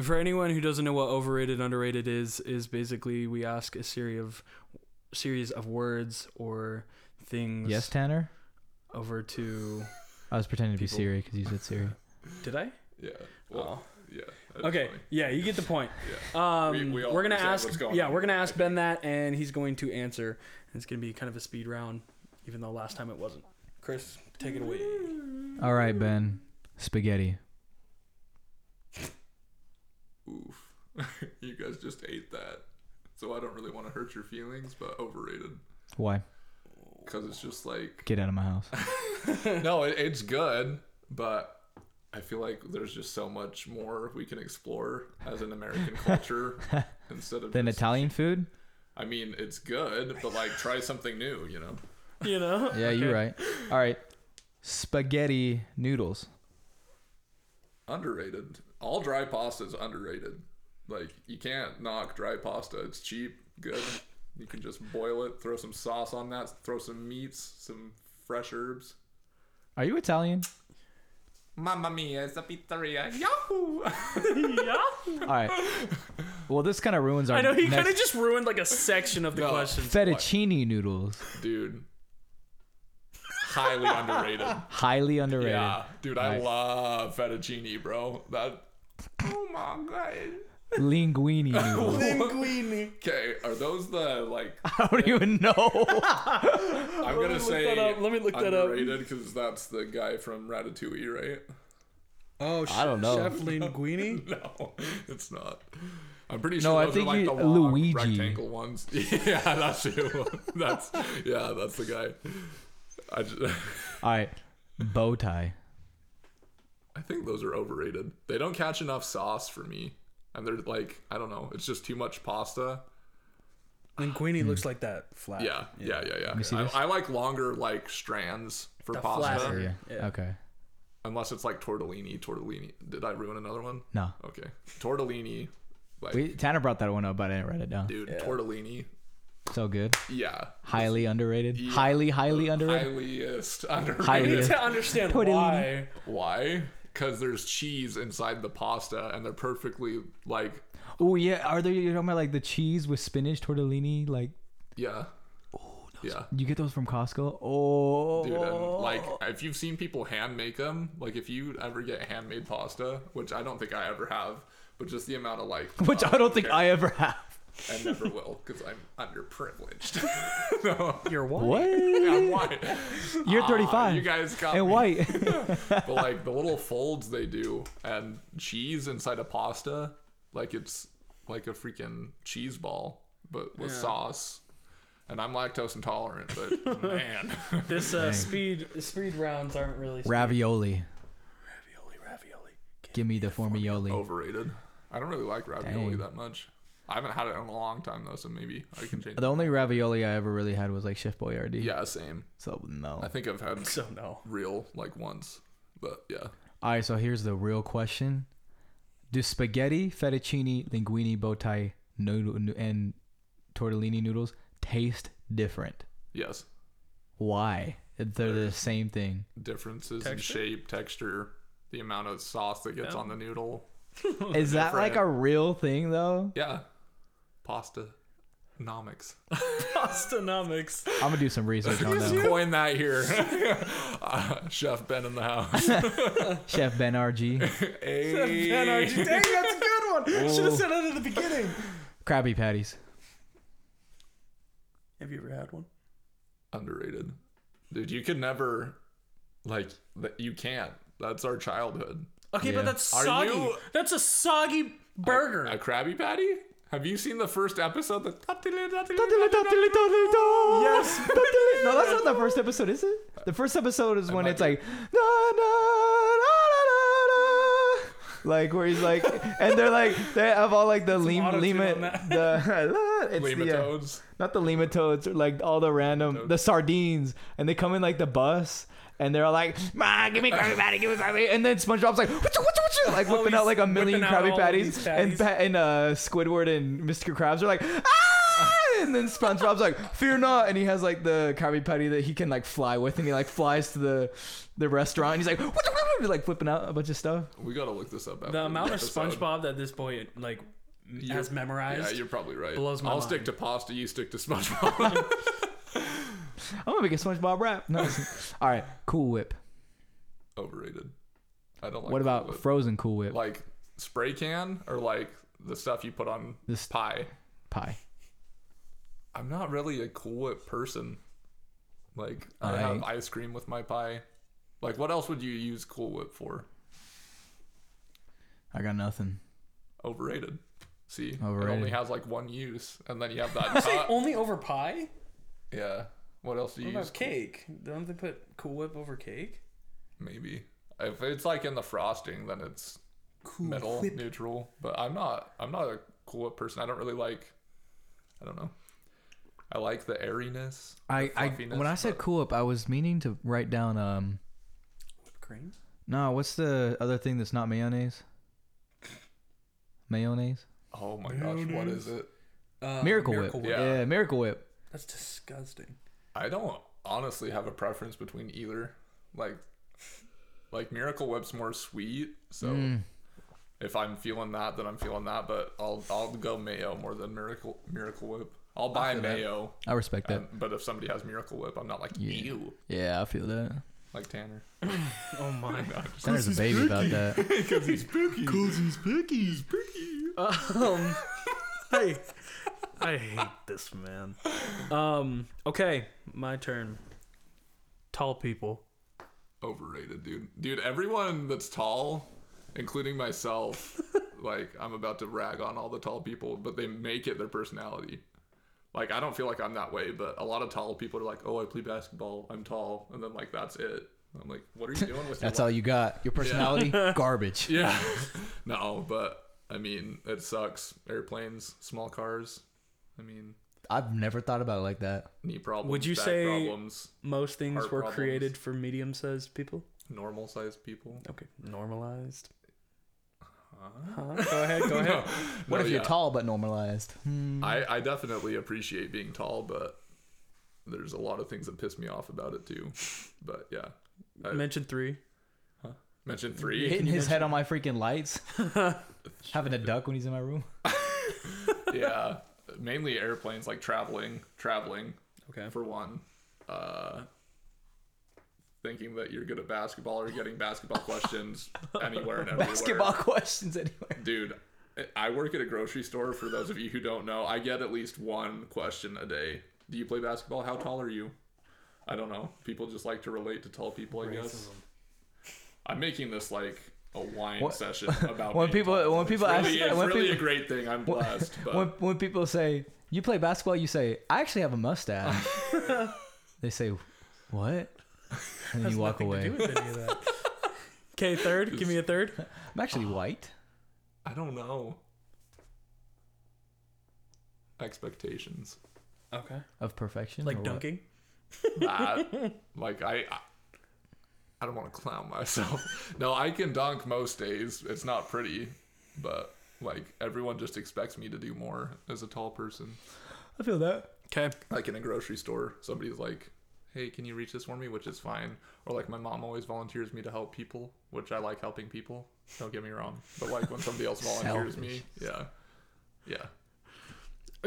[SPEAKER 1] For anyone who doesn't know what overrated, underrated is, is basically we ask a series of series of words or things
[SPEAKER 3] Yes, Tanner?
[SPEAKER 1] over to.
[SPEAKER 3] I was pretending to be
[SPEAKER 1] People-
[SPEAKER 3] Siri because you said Siri.
[SPEAKER 1] Did I?
[SPEAKER 2] Yeah. Well, yeah. that's
[SPEAKER 1] Oh. Okay.
[SPEAKER 2] funny.
[SPEAKER 1] Yeah, you get the point.
[SPEAKER 2] Yeah.
[SPEAKER 1] Um,
[SPEAKER 2] We-
[SPEAKER 1] we,
[SPEAKER 2] we all
[SPEAKER 1] are gonna
[SPEAKER 2] understand
[SPEAKER 1] ask.
[SPEAKER 2] what's going
[SPEAKER 1] yeah,
[SPEAKER 2] on.
[SPEAKER 1] we're gonna ask Ben that, and he's going to answer. And it's gonna be kind of a speed round, even though last time it wasn't. Chris, take it away.
[SPEAKER 3] All right, Ben. Spaghetti.
[SPEAKER 2] Oof. you guys just ate that. So I don't really want to hurt your feelings, but overrated.
[SPEAKER 3] Why?
[SPEAKER 2] Because it's just like,
[SPEAKER 3] Get out of my house.
[SPEAKER 2] no, it, it's good, but I feel like there's just so much more we can explore as an American culture instead of.
[SPEAKER 3] Then
[SPEAKER 2] just-
[SPEAKER 3] Italian food?
[SPEAKER 2] I mean, it's good, but like try something new, you know?
[SPEAKER 1] You know.
[SPEAKER 3] Yeah, you're right. All right. Spaghetti noodles.
[SPEAKER 2] Underrated. All dry pasta is underrated. Like you can't knock dry pasta. It's cheap, good. You can just boil it, throw some sauce on that, throw some meats, some fresh herbs.
[SPEAKER 3] Are you Italian?
[SPEAKER 2] Mamma mia, it's a pizzeria. Yahoo!
[SPEAKER 1] Yeah.
[SPEAKER 3] All right. Well, this kind of ruins our
[SPEAKER 1] I know he kind of
[SPEAKER 3] next
[SPEAKER 1] just ruined like a section of the
[SPEAKER 2] No.
[SPEAKER 1] questions.
[SPEAKER 3] fettuccine noodles.
[SPEAKER 2] dude. Highly underrated.
[SPEAKER 3] Highly underrated.
[SPEAKER 2] Yeah, dude, I
[SPEAKER 3] Right.
[SPEAKER 2] love fettuccine, bro. That. Oh my god.
[SPEAKER 3] Linguini noodles.
[SPEAKER 2] Okay, are those the like?
[SPEAKER 3] I don't even know.
[SPEAKER 2] I'm gonna
[SPEAKER 1] look
[SPEAKER 2] say
[SPEAKER 1] that up. Let me look that up.
[SPEAKER 2] underrated because that's the guy from Ratatouille, right?
[SPEAKER 1] Oh, sh-
[SPEAKER 3] I don't know.
[SPEAKER 1] Chef Linguini.
[SPEAKER 2] No, it's not. I'm pretty
[SPEAKER 3] No,
[SPEAKER 2] sure
[SPEAKER 3] I
[SPEAKER 2] those
[SPEAKER 3] think
[SPEAKER 2] are like
[SPEAKER 3] you-
[SPEAKER 2] the long
[SPEAKER 3] Luigi.
[SPEAKER 2] rectangle ones. yeah, that's you. That's yeah, that's the guy. I, just,
[SPEAKER 3] All right, bow tie.
[SPEAKER 2] I think those are overrated. They don't catch enough sauce for me, and they're like I don't know. It's just too much
[SPEAKER 3] Uh,
[SPEAKER 2] pasta.
[SPEAKER 1] Linguini
[SPEAKER 3] Hmm.
[SPEAKER 1] looks like that flat.
[SPEAKER 2] Yeah, yeah, yeah, yeah.
[SPEAKER 3] see this?
[SPEAKER 2] I, I like longer like strands for
[SPEAKER 1] The
[SPEAKER 2] pasta,
[SPEAKER 1] flatter.
[SPEAKER 3] Yeah.
[SPEAKER 1] Yeah.
[SPEAKER 3] Okay.
[SPEAKER 2] unless it's like tortellini. Tortellini. Did I ruin another one?
[SPEAKER 3] No.
[SPEAKER 2] Okay, tortellini. Like,
[SPEAKER 3] We, Tanner brought that one up, but I didn't write it down.
[SPEAKER 2] dude, tortellini.
[SPEAKER 3] So good.
[SPEAKER 2] Yeah,
[SPEAKER 3] Highly underrated. Highly, highly underrated.
[SPEAKER 2] highliest underrated.
[SPEAKER 1] You need
[SPEAKER 3] Highly-
[SPEAKER 1] to understand
[SPEAKER 3] Tortellini.
[SPEAKER 1] why.
[SPEAKER 2] Why? Because there's cheese inside the pasta, and they're perfectly like,
[SPEAKER 3] Oh yeah. Are there? You're talking about like the cheese with spinach tortellini? Like
[SPEAKER 2] yeah. yeah,
[SPEAKER 3] you get those from Costco? Oh.
[SPEAKER 2] dude, and like if you've seen people hand make them, like if you ever get handmade pasta, which I don't think I ever have, but just the amount of like, um,
[SPEAKER 3] Which I don't think I ever have.
[SPEAKER 2] I never will because I'm underprivileged. no,
[SPEAKER 1] You're white.
[SPEAKER 3] What?
[SPEAKER 2] I'm white.
[SPEAKER 3] You're 35.
[SPEAKER 2] You guys got
[SPEAKER 3] and
[SPEAKER 2] me.
[SPEAKER 3] white.
[SPEAKER 2] But like the little folds they do, and cheese inside a pasta, like it's like a freaking cheese ball, but with sauce. And I'm lactose intolerant, but man,
[SPEAKER 1] This uh, speed speed rounds aren't really
[SPEAKER 3] ravioli.
[SPEAKER 1] ravioli. Ravioli.
[SPEAKER 3] Give me the formioli.
[SPEAKER 2] overrated. I don't really like ravioli
[SPEAKER 3] Dang.
[SPEAKER 2] that much. I haven't had it in a long time though, so maybe I can change.
[SPEAKER 3] The only ravioli I ever really had was like Chef Boyardee.
[SPEAKER 2] Yeah, same.
[SPEAKER 3] So no.
[SPEAKER 2] I think I've had
[SPEAKER 1] So no.
[SPEAKER 2] real like once, but yeah.
[SPEAKER 3] All right, so here's the real question: Do spaghetti, fettuccine, linguine, bow tie, noodle, no- and tortellini noodles taste different?
[SPEAKER 2] Yes,
[SPEAKER 3] Why? They're the same thing.
[SPEAKER 2] differences in
[SPEAKER 1] Texture?
[SPEAKER 2] shape, texture, the amount of sauce that gets on the noodle.
[SPEAKER 3] Is that like a real thing though?
[SPEAKER 2] Yeah, pasta, nomics.
[SPEAKER 1] Pastonomics.
[SPEAKER 3] I'm gonna do some research on that.
[SPEAKER 2] Coin that here. Uh, Chef Ben in the house.
[SPEAKER 3] Chef Ben RG,
[SPEAKER 1] Dang, that's a good one. Should have said it at the beginning.
[SPEAKER 3] Krabby Patties.
[SPEAKER 1] Have you ever had one?
[SPEAKER 2] Underrated. Dude, you could never, like, th- you can't. That's our childhood.
[SPEAKER 1] Okay,
[SPEAKER 3] Yeah.
[SPEAKER 1] but that's
[SPEAKER 2] Are
[SPEAKER 1] soggy.
[SPEAKER 2] you-
[SPEAKER 1] That's a soggy burger.
[SPEAKER 2] A Uh, Krabby Patty? Have you seen the first episode? The
[SPEAKER 3] Yes. no, that's not the first episode, is it? The first episode is when
[SPEAKER 2] might
[SPEAKER 3] it's
[SPEAKER 2] be.
[SPEAKER 3] like na na na na na. Like where he's like, and they're like, they have all like the lima,
[SPEAKER 1] auto-tune
[SPEAKER 3] lima,
[SPEAKER 1] on that.
[SPEAKER 3] the it's
[SPEAKER 2] Lima
[SPEAKER 3] the, uh,
[SPEAKER 2] Toads.
[SPEAKER 3] not the lima toads, or like all the random the sardines, and they come in like the bus, and they're all like, Ma, give me Krabby Patty, give me Krabby, and then SpongeBob's like, whatcha, whatcha, whatcha, like
[SPEAKER 1] Oh,
[SPEAKER 3] whipping
[SPEAKER 1] he's
[SPEAKER 3] out like a
[SPEAKER 1] whipping
[SPEAKER 3] million
[SPEAKER 1] out all
[SPEAKER 3] Krabby
[SPEAKER 1] of
[SPEAKER 3] Patties,
[SPEAKER 1] these
[SPEAKER 3] and
[SPEAKER 1] patties.
[SPEAKER 3] pa- and uh, Squidward and Mr. Krabs are like, ah. And then SpongeBob's like, "Fear not," and he has like the Krabby Patty that he can like fly with, and he like flies to the the restaurant. And he's like, "Whatcha, whatcha, whatcha," like flipping out a bunch of stuff.
[SPEAKER 2] We gotta look this up. After
[SPEAKER 1] the amount of
[SPEAKER 2] this episode.
[SPEAKER 1] SpongeBob that this boy like has
[SPEAKER 2] Yeah,
[SPEAKER 1] memorized.
[SPEAKER 2] you're probably right.
[SPEAKER 1] blows my
[SPEAKER 2] I'll stick
[SPEAKER 1] mind.
[SPEAKER 2] to pasta. You stick to SpongeBob.
[SPEAKER 3] I'm gonna make a SpongeBob rap. No, it's- all right, Cool Whip.
[SPEAKER 2] Overrated. I don't like.
[SPEAKER 3] What about
[SPEAKER 2] chocolate.
[SPEAKER 3] frozen Cool Whip
[SPEAKER 2] like spray can or like the stuff you put on
[SPEAKER 3] This-
[SPEAKER 2] pie?
[SPEAKER 3] pie?
[SPEAKER 2] I'm not really a Cool Whip person. Like I have ice cream with my pie. Like what else would you use Cool Whip for?
[SPEAKER 3] I got nothing.
[SPEAKER 2] Overrated. See, it only
[SPEAKER 3] Overrated.
[SPEAKER 2] has like one use, and then you have that.
[SPEAKER 1] Say
[SPEAKER 2] top-
[SPEAKER 1] only over pie?
[SPEAKER 2] yeah. What else do you
[SPEAKER 1] What
[SPEAKER 2] use?
[SPEAKER 1] about cake? Don't they put Cool Whip over cake?
[SPEAKER 2] Maybe if it's like in the frosting, then it's
[SPEAKER 1] Cool
[SPEAKER 2] middle
[SPEAKER 1] Whip.
[SPEAKER 2] neutral. But I'm not. I'm not a Cool Whip person. I don't really like. I don't know. I like the airiness.
[SPEAKER 3] I, I
[SPEAKER 2] fluffiness,
[SPEAKER 3] when I said cool up, I was meaning to write down um
[SPEAKER 1] Whipped cream?
[SPEAKER 3] no, what's the other thing that's not mayonnaise? Mayonnaise?
[SPEAKER 2] Oh my gosh, what is it?
[SPEAKER 1] Uh,
[SPEAKER 3] Miracle, Whip.
[SPEAKER 2] Whip.
[SPEAKER 3] Yeah.
[SPEAKER 2] Yeah.
[SPEAKER 3] Miracle Whip.
[SPEAKER 1] That's disgusting.
[SPEAKER 2] I don't honestly have a preference between
[SPEAKER 3] Mm.
[SPEAKER 2] either. Like, like Miracle Whip's more sweet, so if I'm feeling that, then I'm feeling that. But I'll I'll go mayo more than miracle miracle whip. I'll buy
[SPEAKER 3] feel that.
[SPEAKER 2] mayo,
[SPEAKER 3] I respect that.
[SPEAKER 2] um, but if somebody has miracle whip, I'm not like
[SPEAKER 3] Yeah.
[SPEAKER 2] ew,
[SPEAKER 3] yeah, I feel that.
[SPEAKER 2] like Tanner.
[SPEAKER 1] Oh my.
[SPEAKER 3] Tanner's a baby about that.
[SPEAKER 2] Because he's spooky. Because he's spooky. He's spooky.
[SPEAKER 1] Um, I, I hate this man. Um, okay, my turn. Tall people.
[SPEAKER 2] Overrated, dude. Dude, everyone that's tall, including myself, like I'm about to rag on all the tall people, but they make it their personality. Like I don't feel like I'm that way, but a lot of tall people are like, "Oh, I play basketball. I'm tall," and then like that's it. I'm like, "What are you doing with
[SPEAKER 3] That's
[SPEAKER 2] your
[SPEAKER 3] all you got. Your personality, garbage.
[SPEAKER 2] Yeah. no, but I mean, it sucks. Airplanes, small cars. I mean,
[SPEAKER 3] I've never thought about it like that.
[SPEAKER 2] knee problems.
[SPEAKER 1] Would you
[SPEAKER 2] back
[SPEAKER 1] say-
[SPEAKER 2] problems?
[SPEAKER 1] Most things
[SPEAKER 2] Heart
[SPEAKER 1] were
[SPEAKER 2] problems.
[SPEAKER 1] created for medium-sized people.
[SPEAKER 2] Normal sized people.
[SPEAKER 1] Okay, normalized. Huh? Go ahead. Go ahead.
[SPEAKER 3] What
[SPEAKER 2] No,
[SPEAKER 3] if you're
[SPEAKER 2] yeah.
[SPEAKER 3] tall but normalized?
[SPEAKER 2] I, I definitely appreciate being tall, but there's a lot of things that piss me off about it too. But yeah, I-
[SPEAKER 1] Mention three.
[SPEAKER 2] mention three.
[SPEAKER 3] Hitting his head on my freaking lights. Having a duck when he's in my room.
[SPEAKER 2] yeah, mainly airplanes, like traveling, traveling
[SPEAKER 1] Okay.
[SPEAKER 2] for one. Uh, thinking that you're good at basketball or getting basketball questions anywhere and everywhere.
[SPEAKER 3] Basketball questions anywhere.
[SPEAKER 2] dude. I work at a grocery store. For those of you who don't know, I get at least one question a day. Do you play basketball? How tall are you? I don't know. People just like to relate to tall people, I guess. I'm making this like a wine
[SPEAKER 3] What-
[SPEAKER 2] session about
[SPEAKER 3] when
[SPEAKER 2] being
[SPEAKER 3] people-
[SPEAKER 2] tall.
[SPEAKER 3] when
[SPEAKER 2] It's
[SPEAKER 3] people
[SPEAKER 2] really,
[SPEAKER 3] ask-
[SPEAKER 2] it's
[SPEAKER 3] when
[SPEAKER 2] really
[SPEAKER 3] people-
[SPEAKER 2] a great thing. I'm blessed, but
[SPEAKER 3] When, when people say, you play basketball, you say, I actually have a mustache. they say, what? And then you walk away.
[SPEAKER 1] Okay, third. Give me a third.
[SPEAKER 3] I'm actually
[SPEAKER 2] Oh.
[SPEAKER 3] white.
[SPEAKER 2] I don't know. Expectations.
[SPEAKER 1] Okay.
[SPEAKER 3] Of perfection. or
[SPEAKER 1] Like
[SPEAKER 3] what?
[SPEAKER 1] dunking.
[SPEAKER 2] that. like I, I, I don't want to clown myself. no, I can dunk most days. It's not pretty, but like everyone just expects me to do more as a tall person.
[SPEAKER 3] I feel that.
[SPEAKER 1] Okay.
[SPEAKER 2] Like in a grocery store, somebody's like, "Hey, can you reach this for me?" Which is fine. Or like my mom always volunteers me to help people, which I like helping people. Don't get me wrong, but like when somebody else volunteers me, yeah, yeah,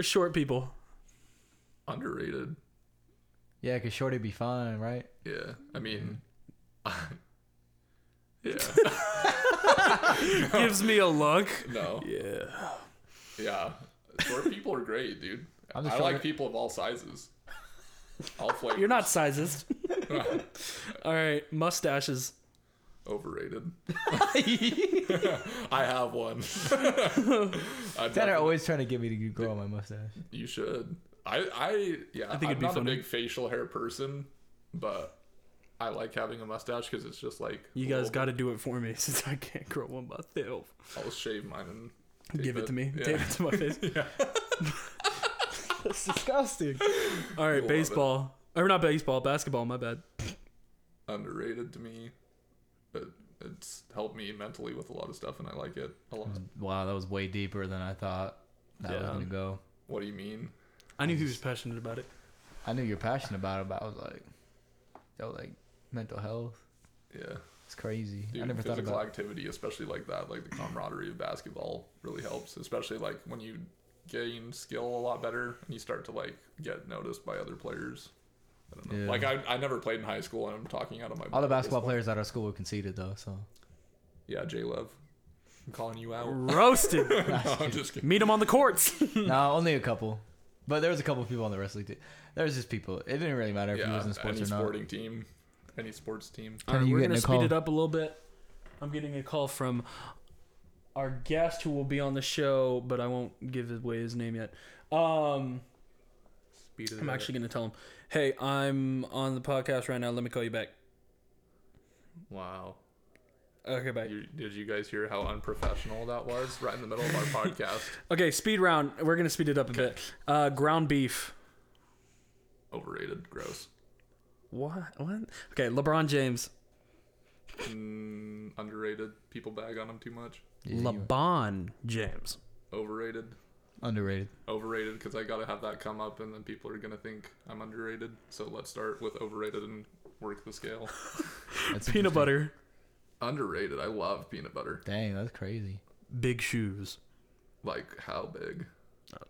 [SPEAKER 1] Short people.
[SPEAKER 2] underrated.
[SPEAKER 3] Yeah, because shorty'd be fine, right?
[SPEAKER 2] Yeah, I mean, yeah.
[SPEAKER 1] Gives me a look.
[SPEAKER 2] No. Yeah. Yeah. Short people are great, dude.
[SPEAKER 3] I'm the
[SPEAKER 2] I like
[SPEAKER 3] shorter-
[SPEAKER 2] people of all sizes. All flavors.
[SPEAKER 1] You're not sizes. All right, mustaches.
[SPEAKER 2] overrated. I have one. I
[SPEAKER 3] Tanner oh.
[SPEAKER 2] definitely-
[SPEAKER 3] always trying to get me to grow my mustache.
[SPEAKER 2] You should. I. I. Yeah. I
[SPEAKER 1] think it'd
[SPEAKER 2] am
[SPEAKER 1] be
[SPEAKER 2] not
[SPEAKER 1] funny.
[SPEAKER 2] a big facial hair person, but I like having a mustache because it's just like
[SPEAKER 1] You guys
[SPEAKER 2] well,
[SPEAKER 1] got to do it for me since I can't grow one myself.
[SPEAKER 2] I'll shave mine and take
[SPEAKER 1] Give it
[SPEAKER 2] the-
[SPEAKER 1] to me.
[SPEAKER 2] Yeah.
[SPEAKER 1] Take it to my face. That's disgusting. All right,
[SPEAKER 2] love it.
[SPEAKER 1] baseball. Or not baseball, basketball. My bad.
[SPEAKER 2] Underrated to me, but it's helped me mentally with a lot of stuff, and I like it a
[SPEAKER 1] Mm.
[SPEAKER 2] lot.
[SPEAKER 3] Wow, that was way deeper than I thought that was
[SPEAKER 1] Yeah.
[SPEAKER 3] gonna go.
[SPEAKER 2] What do you mean?
[SPEAKER 1] I knew he was passionate about it.
[SPEAKER 3] I knew you were passionate about it, but I was like, yo, like mental health.
[SPEAKER 2] Yeah.
[SPEAKER 3] It's crazy.
[SPEAKER 2] Dude,
[SPEAKER 3] I never thought
[SPEAKER 2] physical
[SPEAKER 3] about. it.
[SPEAKER 2] activity, especially like that, like the camaraderie of basketball really helps, especially like when you gain skill a lot better and you start to like get noticed by other players. I don't know.
[SPEAKER 3] Yeah.
[SPEAKER 2] Like I, I never played in high school and I'm talking out of my
[SPEAKER 3] All the
[SPEAKER 2] butt.
[SPEAKER 3] basketball players at our school were conceited though, so
[SPEAKER 2] Yeah, J Love. I'm calling you out.
[SPEAKER 1] Roasted.
[SPEAKER 2] no, I'm just kidding.
[SPEAKER 1] Meet him on the courts.
[SPEAKER 3] no, only a couple. But there was a couple people on the wrestling team. There was just people. It didn't really matter if you
[SPEAKER 2] Yeah,
[SPEAKER 3] was in sports
[SPEAKER 2] any
[SPEAKER 3] or not.
[SPEAKER 2] sporting team. Any sports team.
[SPEAKER 1] All right,
[SPEAKER 3] you
[SPEAKER 1] we're
[SPEAKER 3] getting
[SPEAKER 1] gonna
[SPEAKER 3] a
[SPEAKER 1] speed
[SPEAKER 3] call?
[SPEAKER 1] it up a little bit. I'm getting a call from our guest who will be on the show, but I won't give away his name yet. Um,
[SPEAKER 2] Speed
[SPEAKER 1] I'm actually gonna tell him, "Hey, I'm on the podcast right now. Let me call you back."
[SPEAKER 2] Wow.
[SPEAKER 1] Okay, bye.
[SPEAKER 2] You, did you guys hear how unprofessional that was? Right in the middle of our podcast.
[SPEAKER 1] Okay, speed round. We're gonna speed it up a bit. Uh, ground beef.
[SPEAKER 2] Overrated. Gross.
[SPEAKER 1] What? What? Okay, LeBron James.
[SPEAKER 2] Mm, underrated. People bag on him too much.
[SPEAKER 3] Yeah, you-
[SPEAKER 1] LeBron James.
[SPEAKER 2] Overrated.
[SPEAKER 3] underrated.
[SPEAKER 2] overrated because I gotta have that come up, and then people are gonna think I'm underrated. So let's start with overrated and work the scale.
[SPEAKER 3] That's
[SPEAKER 1] Peanut
[SPEAKER 3] interesting.
[SPEAKER 1] butter.
[SPEAKER 2] underrated. I love peanut butter.
[SPEAKER 3] Dang, that's crazy.
[SPEAKER 1] big shoes.
[SPEAKER 2] Like how big?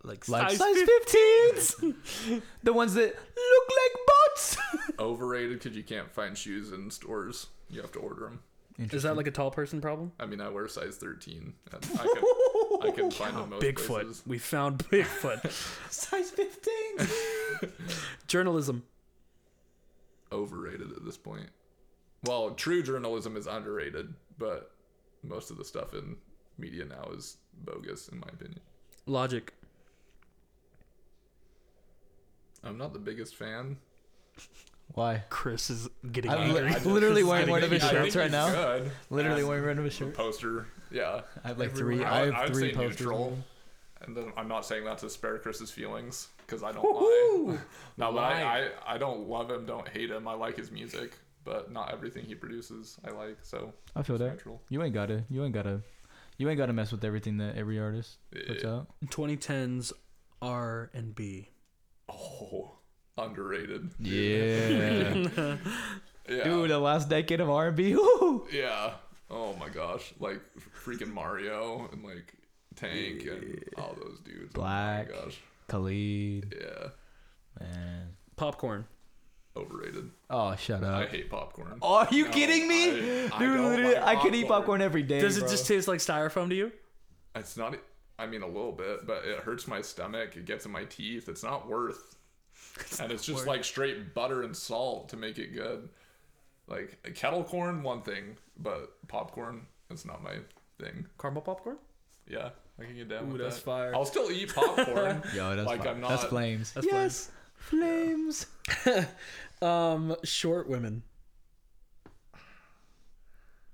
[SPEAKER 1] Like,
[SPEAKER 3] Like
[SPEAKER 1] size
[SPEAKER 3] size
[SPEAKER 1] 15.
[SPEAKER 3] 15s. the ones that look like butts.
[SPEAKER 2] Overrated because you can't find shoes in stores. You have to order them.
[SPEAKER 1] Is that like a tall person problem?
[SPEAKER 2] I mean, I wear size 13. and I can, I can find them most
[SPEAKER 1] Bigfoot.
[SPEAKER 2] places.
[SPEAKER 1] We found Bigfoot.
[SPEAKER 3] size 15?
[SPEAKER 1] Journalism.
[SPEAKER 2] Overrated at this point. Well, true journalism is underrated, but most of the stuff in media now is bogus, in my opinion.
[SPEAKER 1] Logic.
[SPEAKER 2] I'm not the biggest fan.
[SPEAKER 3] Why?
[SPEAKER 1] Chris is getting
[SPEAKER 3] I'm
[SPEAKER 1] angry.
[SPEAKER 3] li- literally wearing one of his
[SPEAKER 2] I think
[SPEAKER 3] shirts right
[SPEAKER 2] he's
[SPEAKER 3] now.
[SPEAKER 2] Good.
[SPEAKER 3] Literally
[SPEAKER 2] As
[SPEAKER 3] wearing one of his
[SPEAKER 2] a
[SPEAKER 3] shirts.
[SPEAKER 2] poster. Yeah.
[SPEAKER 3] I have like
[SPEAKER 2] Everyone-
[SPEAKER 3] three.
[SPEAKER 2] I
[SPEAKER 3] I
[SPEAKER 2] would- I
[SPEAKER 3] have
[SPEAKER 2] would
[SPEAKER 3] three
[SPEAKER 2] say
[SPEAKER 3] posters.
[SPEAKER 2] neutral. And then I'm not saying that to spare Chris's feelings because I don't lie. No, but I, I, I don't love him, don't hate him. I like his music, but not everything he produces I like. So
[SPEAKER 3] I feel
[SPEAKER 2] it's
[SPEAKER 3] that.
[SPEAKER 2] neutral.
[SPEAKER 3] You ain't gotta. You ain't gotta. You ain't gotta mess with everything that every artist puts
[SPEAKER 2] Yeah.
[SPEAKER 3] out.
[SPEAKER 1] 2010s R and B.
[SPEAKER 2] Oh, underrated.
[SPEAKER 3] Yeah,
[SPEAKER 2] Yeah.
[SPEAKER 3] dude, the last decade of R and B. Woo!
[SPEAKER 2] Yeah. Oh my gosh, like freaking Mario and like Tank and all those dudes.
[SPEAKER 3] Black.
[SPEAKER 2] Oh my gosh.
[SPEAKER 3] Khalid,
[SPEAKER 2] Yeah.
[SPEAKER 3] man.
[SPEAKER 1] Popcorn.
[SPEAKER 2] Overrated.
[SPEAKER 3] Oh, shut
[SPEAKER 2] I
[SPEAKER 3] up.
[SPEAKER 2] hate popcorn.
[SPEAKER 3] Are you
[SPEAKER 2] No,
[SPEAKER 3] kidding me,
[SPEAKER 2] I- I
[SPEAKER 3] dude?
[SPEAKER 2] don't
[SPEAKER 3] literally,
[SPEAKER 2] like
[SPEAKER 3] I could eat
[SPEAKER 2] popcorn.
[SPEAKER 3] popcorn every day.
[SPEAKER 1] Does it
[SPEAKER 3] bro.
[SPEAKER 1] just taste like styrofoam to you?
[SPEAKER 2] It's not. e, I mean, a little bit, but it hurts my stomach. It gets in my teeth. It's not worth. and it's just like straight butter and salt to make it good. Like a kettle corn, one thing, but popcorn, it's not my thing.
[SPEAKER 1] Caramel popcorn?
[SPEAKER 2] Yeah, I can get down
[SPEAKER 1] Ooh,
[SPEAKER 2] with
[SPEAKER 1] that's
[SPEAKER 2] that.
[SPEAKER 1] fire.
[SPEAKER 2] I'll still eat popcorn.
[SPEAKER 3] Yo, that's
[SPEAKER 2] like
[SPEAKER 3] fi-
[SPEAKER 2] I'm not.
[SPEAKER 3] that's flames.
[SPEAKER 1] That's
[SPEAKER 3] yes, flames.
[SPEAKER 1] Um, short women.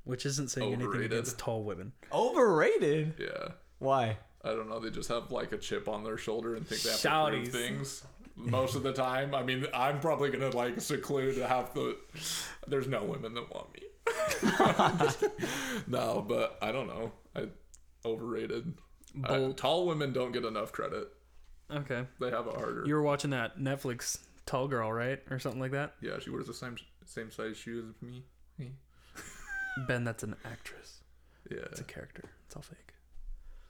[SPEAKER 1] Which isn't saying
[SPEAKER 2] Overrated.
[SPEAKER 1] anything against tall women.
[SPEAKER 3] Overrated.
[SPEAKER 2] Yeah,
[SPEAKER 3] Why?
[SPEAKER 2] I don't know. They just have like a chip on their shoulder and think they have to prove
[SPEAKER 1] Shouties.
[SPEAKER 2] things most of the time. I mean, I'm probably gonna like seclude half the. There's no women that want me. no, but I don't know. I overrated. I-
[SPEAKER 1] Bold.
[SPEAKER 2] tall women don't get enough credit.
[SPEAKER 1] Okay.
[SPEAKER 2] They have a harder.
[SPEAKER 1] You were watching that Netflix Tall Girl, right? Or something like that?
[SPEAKER 2] yeah, she wears the same same size shoes as me.
[SPEAKER 1] Ben, that's an actress.
[SPEAKER 2] Yeah,
[SPEAKER 1] It's a character. It's all fake.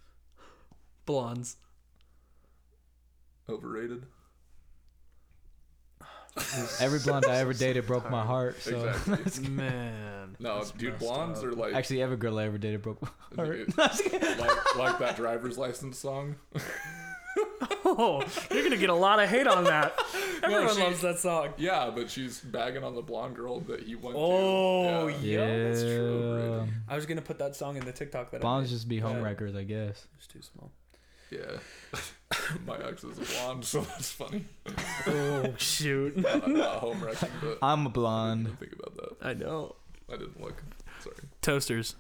[SPEAKER 1] Blondes.
[SPEAKER 2] overrated.
[SPEAKER 3] Every blonde I ever dated broke my heart. So
[SPEAKER 2] Exactly.
[SPEAKER 1] Man.
[SPEAKER 2] No,
[SPEAKER 1] that's
[SPEAKER 2] dude,
[SPEAKER 1] messed
[SPEAKER 2] blondes
[SPEAKER 1] up.
[SPEAKER 2] are like
[SPEAKER 3] actually, every girl I ever dated broke my heart.
[SPEAKER 2] dude, like like that driver's license song.
[SPEAKER 1] Oh, you're gonna get a lot of hate on that. Everyone
[SPEAKER 2] she-
[SPEAKER 1] loves that song.
[SPEAKER 2] Yeah, but she's bagging on the blonde girl that he went
[SPEAKER 1] Oh,
[SPEAKER 2] to.
[SPEAKER 1] yeah. that's true.
[SPEAKER 2] overrated.
[SPEAKER 3] Yeah.
[SPEAKER 1] I was gonna put that song in the TikTok that
[SPEAKER 3] Blondes
[SPEAKER 1] I made.
[SPEAKER 3] just be homewreckers, I guess.
[SPEAKER 1] It's too small.
[SPEAKER 2] Yeah. My ex is a blonde, so that's funny.
[SPEAKER 1] Oh shoot.
[SPEAKER 2] I'm not home wrecking, but
[SPEAKER 3] I'm a
[SPEAKER 2] I
[SPEAKER 3] blonde.
[SPEAKER 2] didn't think about that.
[SPEAKER 1] I know.
[SPEAKER 2] I didn't look. Sorry.
[SPEAKER 1] Toasters.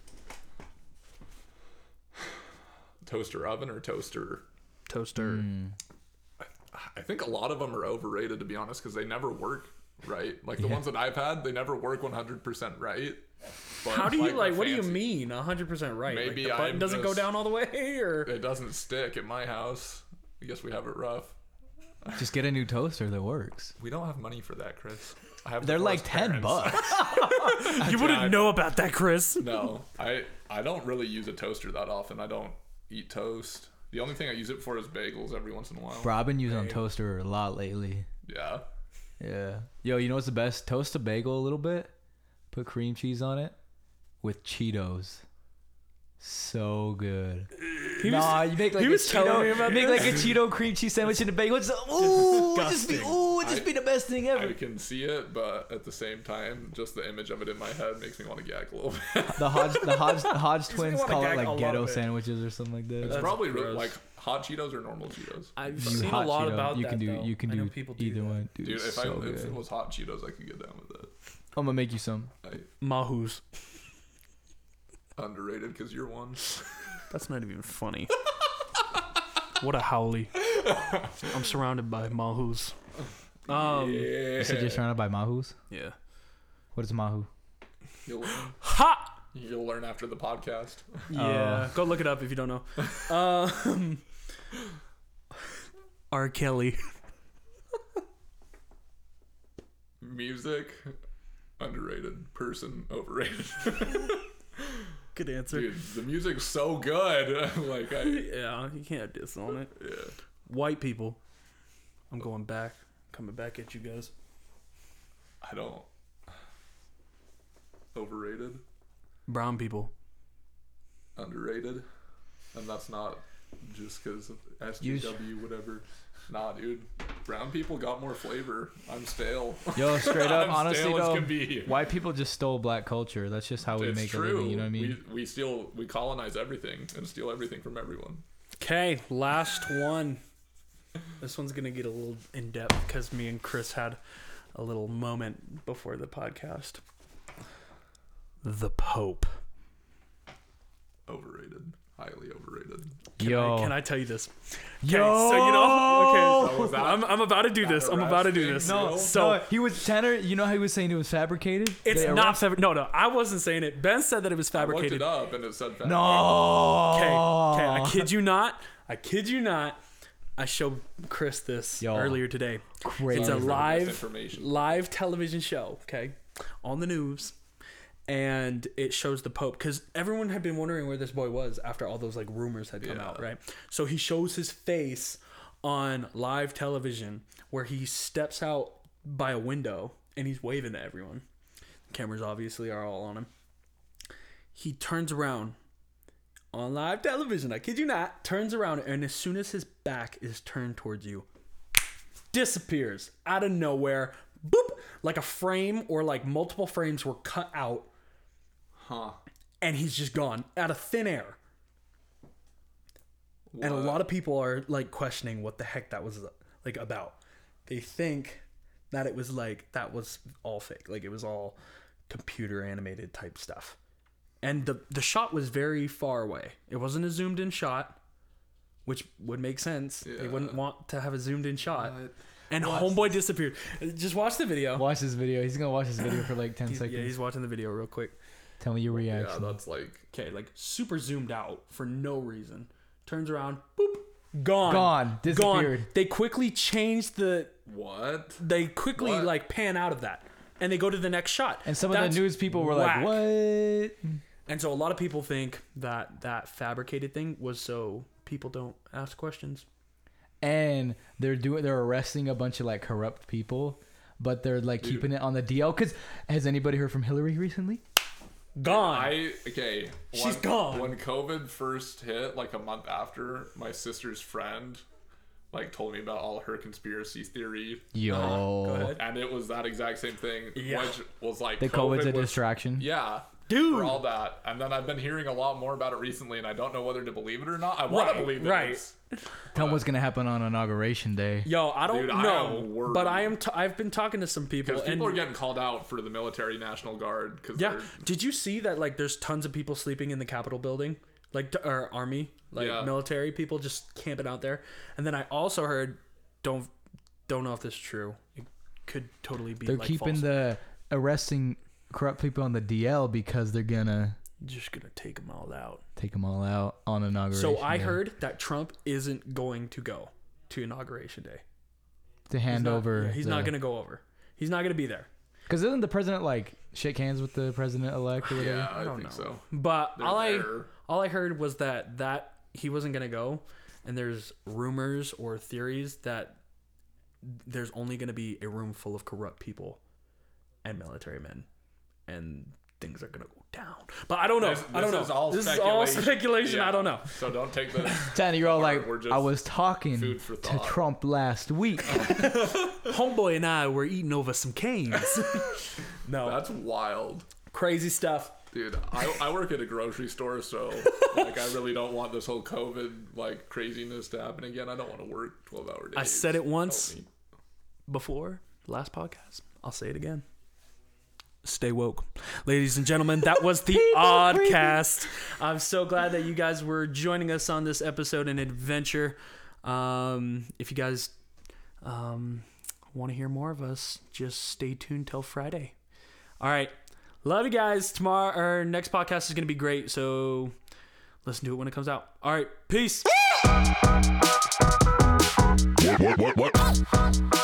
[SPEAKER 2] Toaster oven or toaster?
[SPEAKER 1] Toaster.
[SPEAKER 2] I think a lot of them are overrated, to be honest, because they never work right. Like the ones that I've had, they never work 100% right. But
[SPEAKER 1] How do you like?
[SPEAKER 2] the
[SPEAKER 1] What do you
[SPEAKER 2] fancy-
[SPEAKER 1] mean? 100 percent right. Like,
[SPEAKER 2] Maybe
[SPEAKER 1] the button
[SPEAKER 2] I'm
[SPEAKER 1] doesn't go
[SPEAKER 2] just-
[SPEAKER 1] down all the way, or
[SPEAKER 2] It doesn't stick at my house. I guess we have it rough.
[SPEAKER 3] Just get a new toaster that works.
[SPEAKER 2] We don't have money for that, Chris. I have
[SPEAKER 3] They're like
[SPEAKER 2] divorced
[SPEAKER 3] ten
[SPEAKER 2] parents.
[SPEAKER 3] bucks.
[SPEAKER 1] you
[SPEAKER 2] I-
[SPEAKER 1] wouldn't know about that, Chris.
[SPEAKER 2] No, I I don't really use a toaster that often. I don't eat toast. The only thing I use it for is bagels every once in a while.
[SPEAKER 3] Bro, I've been using a toaster a lot lately.
[SPEAKER 2] Yeah.
[SPEAKER 3] Yeah. Yo, you know what's the best? Toast a bagel a little bit, put cream cheese on it, with Cheetos. So good. nah, you make like
[SPEAKER 1] he
[SPEAKER 3] a
[SPEAKER 1] was telling
[SPEAKER 3] Cheeto,
[SPEAKER 1] me about
[SPEAKER 3] you make like a
[SPEAKER 1] this.
[SPEAKER 3] Cheeto cream cheese sandwich in a bagel. It's ooh, it'd just be
[SPEAKER 1] disgusting.
[SPEAKER 3] ooh, it'd just
[SPEAKER 2] I-
[SPEAKER 3] be the best thing ever.
[SPEAKER 2] I can see it, but at the same time, just the image of it in my head makes me want to gag a little bit.
[SPEAKER 3] the Hodge, the Hodge, the Hodge twins
[SPEAKER 1] wanna
[SPEAKER 3] call
[SPEAKER 1] gag
[SPEAKER 3] it
[SPEAKER 1] a
[SPEAKER 3] like
[SPEAKER 1] lot
[SPEAKER 3] ghetto
[SPEAKER 1] of it.
[SPEAKER 3] sandwiches or something like that.
[SPEAKER 2] It's probably re-
[SPEAKER 1] gross.
[SPEAKER 2] like hot Cheetos or normal Cheetos.
[SPEAKER 1] I've
[SPEAKER 3] You
[SPEAKER 1] seen a
[SPEAKER 3] hot
[SPEAKER 1] lot
[SPEAKER 3] Cheeto,
[SPEAKER 1] about
[SPEAKER 3] you
[SPEAKER 1] that.
[SPEAKER 3] can do
[SPEAKER 1] though.
[SPEAKER 3] you can
[SPEAKER 1] I
[SPEAKER 3] do
[SPEAKER 1] know people do
[SPEAKER 3] either
[SPEAKER 1] that.
[SPEAKER 3] one, dude.
[SPEAKER 2] Dude, if
[SPEAKER 3] it's
[SPEAKER 2] I
[SPEAKER 3] so good.
[SPEAKER 2] if it was hot Cheetos, I could get down with it.
[SPEAKER 3] I'm gonna make you some.
[SPEAKER 1] Mahus.
[SPEAKER 2] Underrated because you're one.
[SPEAKER 1] That's not even funny. what a howly. I'm surrounded by Mahus. Um, yeah.
[SPEAKER 2] yeah.
[SPEAKER 3] So just trying to buy mahus. What is mahu?
[SPEAKER 2] You'll,
[SPEAKER 1] Ha!
[SPEAKER 2] you'll learn after the podcast.
[SPEAKER 3] Uh.
[SPEAKER 1] Yeah. Go look it up if you don't know. Um, R. Kelly.
[SPEAKER 2] Music, underrated. Person, overrated.
[SPEAKER 1] good answer.
[SPEAKER 2] Dude, the music's so good. like, I,
[SPEAKER 1] Yeah, you can't diss on it.
[SPEAKER 2] yeah.
[SPEAKER 1] White people. I'm going back. Coming back at you guys.
[SPEAKER 2] I don't. Overrated,
[SPEAKER 1] Brown people.
[SPEAKER 2] underrated, and that's not just because
[SPEAKER 3] Use-
[SPEAKER 2] SGW, whatever. Nah, dude. Brown people got more flavor. I'm stale.
[SPEAKER 3] Yo, straight up,
[SPEAKER 2] I'm
[SPEAKER 3] honestly
[SPEAKER 2] stale as
[SPEAKER 3] though,
[SPEAKER 2] can be.
[SPEAKER 3] white people just stole black culture. That's just how we
[SPEAKER 2] it's
[SPEAKER 3] make
[SPEAKER 2] true.
[SPEAKER 3] a living. You know what I mean?
[SPEAKER 2] We, we steal, we colonize everything and steal everything from everyone.
[SPEAKER 1] Okay, last one. This one's gonna get a little in depth because me and Chris had a little moment before the podcast. The Pope.
[SPEAKER 2] Overrated, highly overrated.
[SPEAKER 1] Can
[SPEAKER 3] Yo,
[SPEAKER 1] I, can I tell you this? Okay,
[SPEAKER 3] Yo!
[SPEAKER 1] so you know, okay,
[SPEAKER 2] So was that-
[SPEAKER 1] I'm, I'm about to do this. I'm about to do this.
[SPEAKER 2] arresting? No,
[SPEAKER 1] so
[SPEAKER 3] No, he was tenor. You know how he was saying it was fabricated?
[SPEAKER 1] it's
[SPEAKER 3] They
[SPEAKER 1] not
[SPEAKER 3] arrest-
[SPEAKER 1] fabri- no, no. I wasn't saying it. Ben said that it was
[SPEAKER 2] Looked it
[SPEAKER 1] fabricated.
[SPEAKER 2] up and it said fact.
[SPEAKER 3] No.
[SPEAKER 1] Okay, okay. I kid you not. I kid you not. I showed Chris this
[SPEAKER 3] Yo.
[SPEAKER 1] earlier today.
[SPEAKER 3] Crazy.
[SPEAKER 1] It's a
[SPEAKER 2] Sorry for
[SPEAKER 1] live
[SPEAKER 2] misinformation.
[SPEAKER 1] live television show, okay, on the news, and it shows the Pope because everyone had been wondering where this boy was after all those like rumors had come
[SPEAKER 2] Yeah.
[SPEAKER 1] out, right? So he shows his face on live television where he steps out by a window and he's waving to everyone. Cameras obviously are all on him. He turns around on live television. I kid you not. Turns around and as soon as his back is turned towards you, disappears out of nowhere. Boop! Like a frame or like multiple frames were cut out
[SPEAKER 2] Huh.
[SPEAKER 1] and he's just gone out of thin air. And a
[SPEAKER 2] What?
[SPEAKER 1] lot of people are like questioning what the heck that was like about. They think that it was like that was all fake. Like it was all computer animated type stuff. And the the shot was very far away. It wasn't a zoomed in shot, which would make sense. They
[SPEAKER 2] Yeah.
[SPEAKER 1] wouldn't want to have a zoomed in shot.
[SPEAKER 2] What?
[SPEAKER 1] And homeboy disappeared. Just watch the video.
[SPEAKER 3] Watch this video. He's gonna watch this video for like ten seconds.
[SPEAKER 1] Yeah, he's watching the video real quick.
[SPEAKER 3] Tell me your
[SPEAKER 2] Yeah,
[SPEAKER 3] reaction.
[SPEAKER 2] that's like
[SPEAKER 1] Okay, like super zoomed out for no reason. Turns around, boop, gone,
[SPEAKER 3] Gone. Disappeared.
[SPEAKER 1] They quickly change the.
[SPEAKER 2] what?
[SPEAKER 1] They quickly
[SPEAKER 2] What?
[SPEAKER 1] like pan out of that, and they go to the next shot.
[SPEAKER 3] and some of
[SPEAKER 1] That's
[SPEAKER 3] the news people were
[SPEAKER 1] whack.
[SPEAKER 3] like, "What?"
[SPEAKER 1] And so a lot of people think that that fabricated thing was so people don't ask questions.
[SPEAKER 3] And they're doing. They're arresting a bunch of like corrupt people, but they're like keeping it on the DL. Cause has anybody heard from Hillary recently?
[SPEAKER 1] Uh, Gone.
[SPEAKER 2] I okay.
[SPEAKER 1] She's
[SPEAKER 2] when-
[SPEAKER 1] gone.
[SPEAKER 2] When COVID first hit, like a month after, my sister's friend like told me about all her conspiracy theory,
[SPEAKER 3] Yo,
[SPEAKER 1] Go ahead.
[SPEAKER 2] and it was that exact same thing,
[SPEAKER 1] Yeah.
[SPEAKER 2] which was like
[SPEAKER 3] the COVID's a
[SPEAKER 2] was-
[SPEAKER 3] distraction.
[SPEAKER 2] Yeah,
[SPEAKER 1] Dude.
[SPEAKER 2] for all that, and then I've been hearing a lot more about it recently, and I don't know whether to believe it or not. I want
[SPEAKER 1] Right,
[SPEAKER 2] to believe it.
[SPEAKER 1] right.
[SPEAKER 2] It's-
[SPEAKER 3] Tell me what's gonna happen on inauguration day.
[SPEAKER 1] Yo, I don't
[SPEAKER 2] Dude, I am
[SPEAKER 1] know,
[SPEAKER 2] worried.
[SPEAKER 1] but I am. T- I've been talking to some people,
[SPEAKER 2] Because
[SPEAKER 1] and
[SPEAKER 2] people are getting called out for the military national guard because
[SPEAKER 1] Yeah. Did you see that? Like, there's tons of people sleeping in the Capitol building, like t- or army, like
[SPEAKER 2] Yeah.
[SPEAKER 1] military people just camping out there. And then I also heard, don't don't know if this is true. It could totally be.
[SPEAKER 3] They're
[SPEAKER 1] like,
[SPEAKER 3] keeping
[SPEAKER 1] false.
[SPEAKER 3] the arresting corrupt people on the DL because they're gonna
[SPEAKER 1] Just gonna take them all out.
[SPEAKER 3] take them all out on inauguration.
[SPEAKER 1] So I
[SPEAKER 3] day
[SPEAKER 1] heard that Trump isn't going to go to inauguration day.
[SPEAKER 3] to hand
[SPEAKER 1] He's not-
[SPEAKER 3] over.
[SPEAKER 1] yeah, he's not gonna go over. He's not gonna be there.
[SPEAKER 3] Because doesn't the president like shake hands with the president
[SPEAKER 1] Oh,
[SPEAKER 3] elect or whatever?
[SPEAKER 2] yeah, I,
[SPEAKER 1] don't
[SPEAKER 2] think
[SPEAKER 1] know.
[SPEAKER 2] so.
[SPEAKER 1] But all I
[SPEAKER 2] there.
[SPEAKER 1] all I heard was that that he wasn't gonna go, and there's rumors or theories that there's only gonna be a room full of corrupt people and military men, and things are gonna go down. But I don't know.
[SPEAKER 2] This-
[SPEAKER 1] I don't
[SPEAKER 2] this
[SPEAKER 1] know.
[SPEAKER 2] is all
[SPEAKER 1] this is all
[SPEAKER 2] speculation.
[SPEAKER 1] speculation. I
[SPEAKER 2] Yeah.
[SPEAKER 1] don't know.
[SPEAKER 2] So don't take this.
[SPEAKER 3] Danny, you're all like,
[SPEAKER 2] we're just
[SPEAKER 3] I was talking
[SPEAKER 2] food for
[SPEAKER 3] to
[SPEAKER 2] thought."
[SPEAKER 3] Trump last week.
[SPEAKER 1] Homeboy and I were eating over some canes. no,
[SPEAKER 2] That's wild.
[SPEAKER 1] crazy stuff.
[SPEAKER 2] Dude, I, I work at a grocery store, so like I really don't want this whole COVID like craziness to happen again. I don't want to work twelve hour days.
[SPEAKER 1] I said it once
[SPEAKER 2] Help me.
[SPEAKER 1] before last podcast. I'll say it again. Stay woke. Ladies and gentlemen, that was the Oddcast. I'm so glad that you guys were joining us on this episode and adventure. Um, if you guys um, want to hear more of us, just stay tuned till Friday. All right. Love you guys. Tomorrow, our next podcast is going to be great. So listen to it when it comes out. All right. Peace.
[SPEAKER 4] What, what, what, what?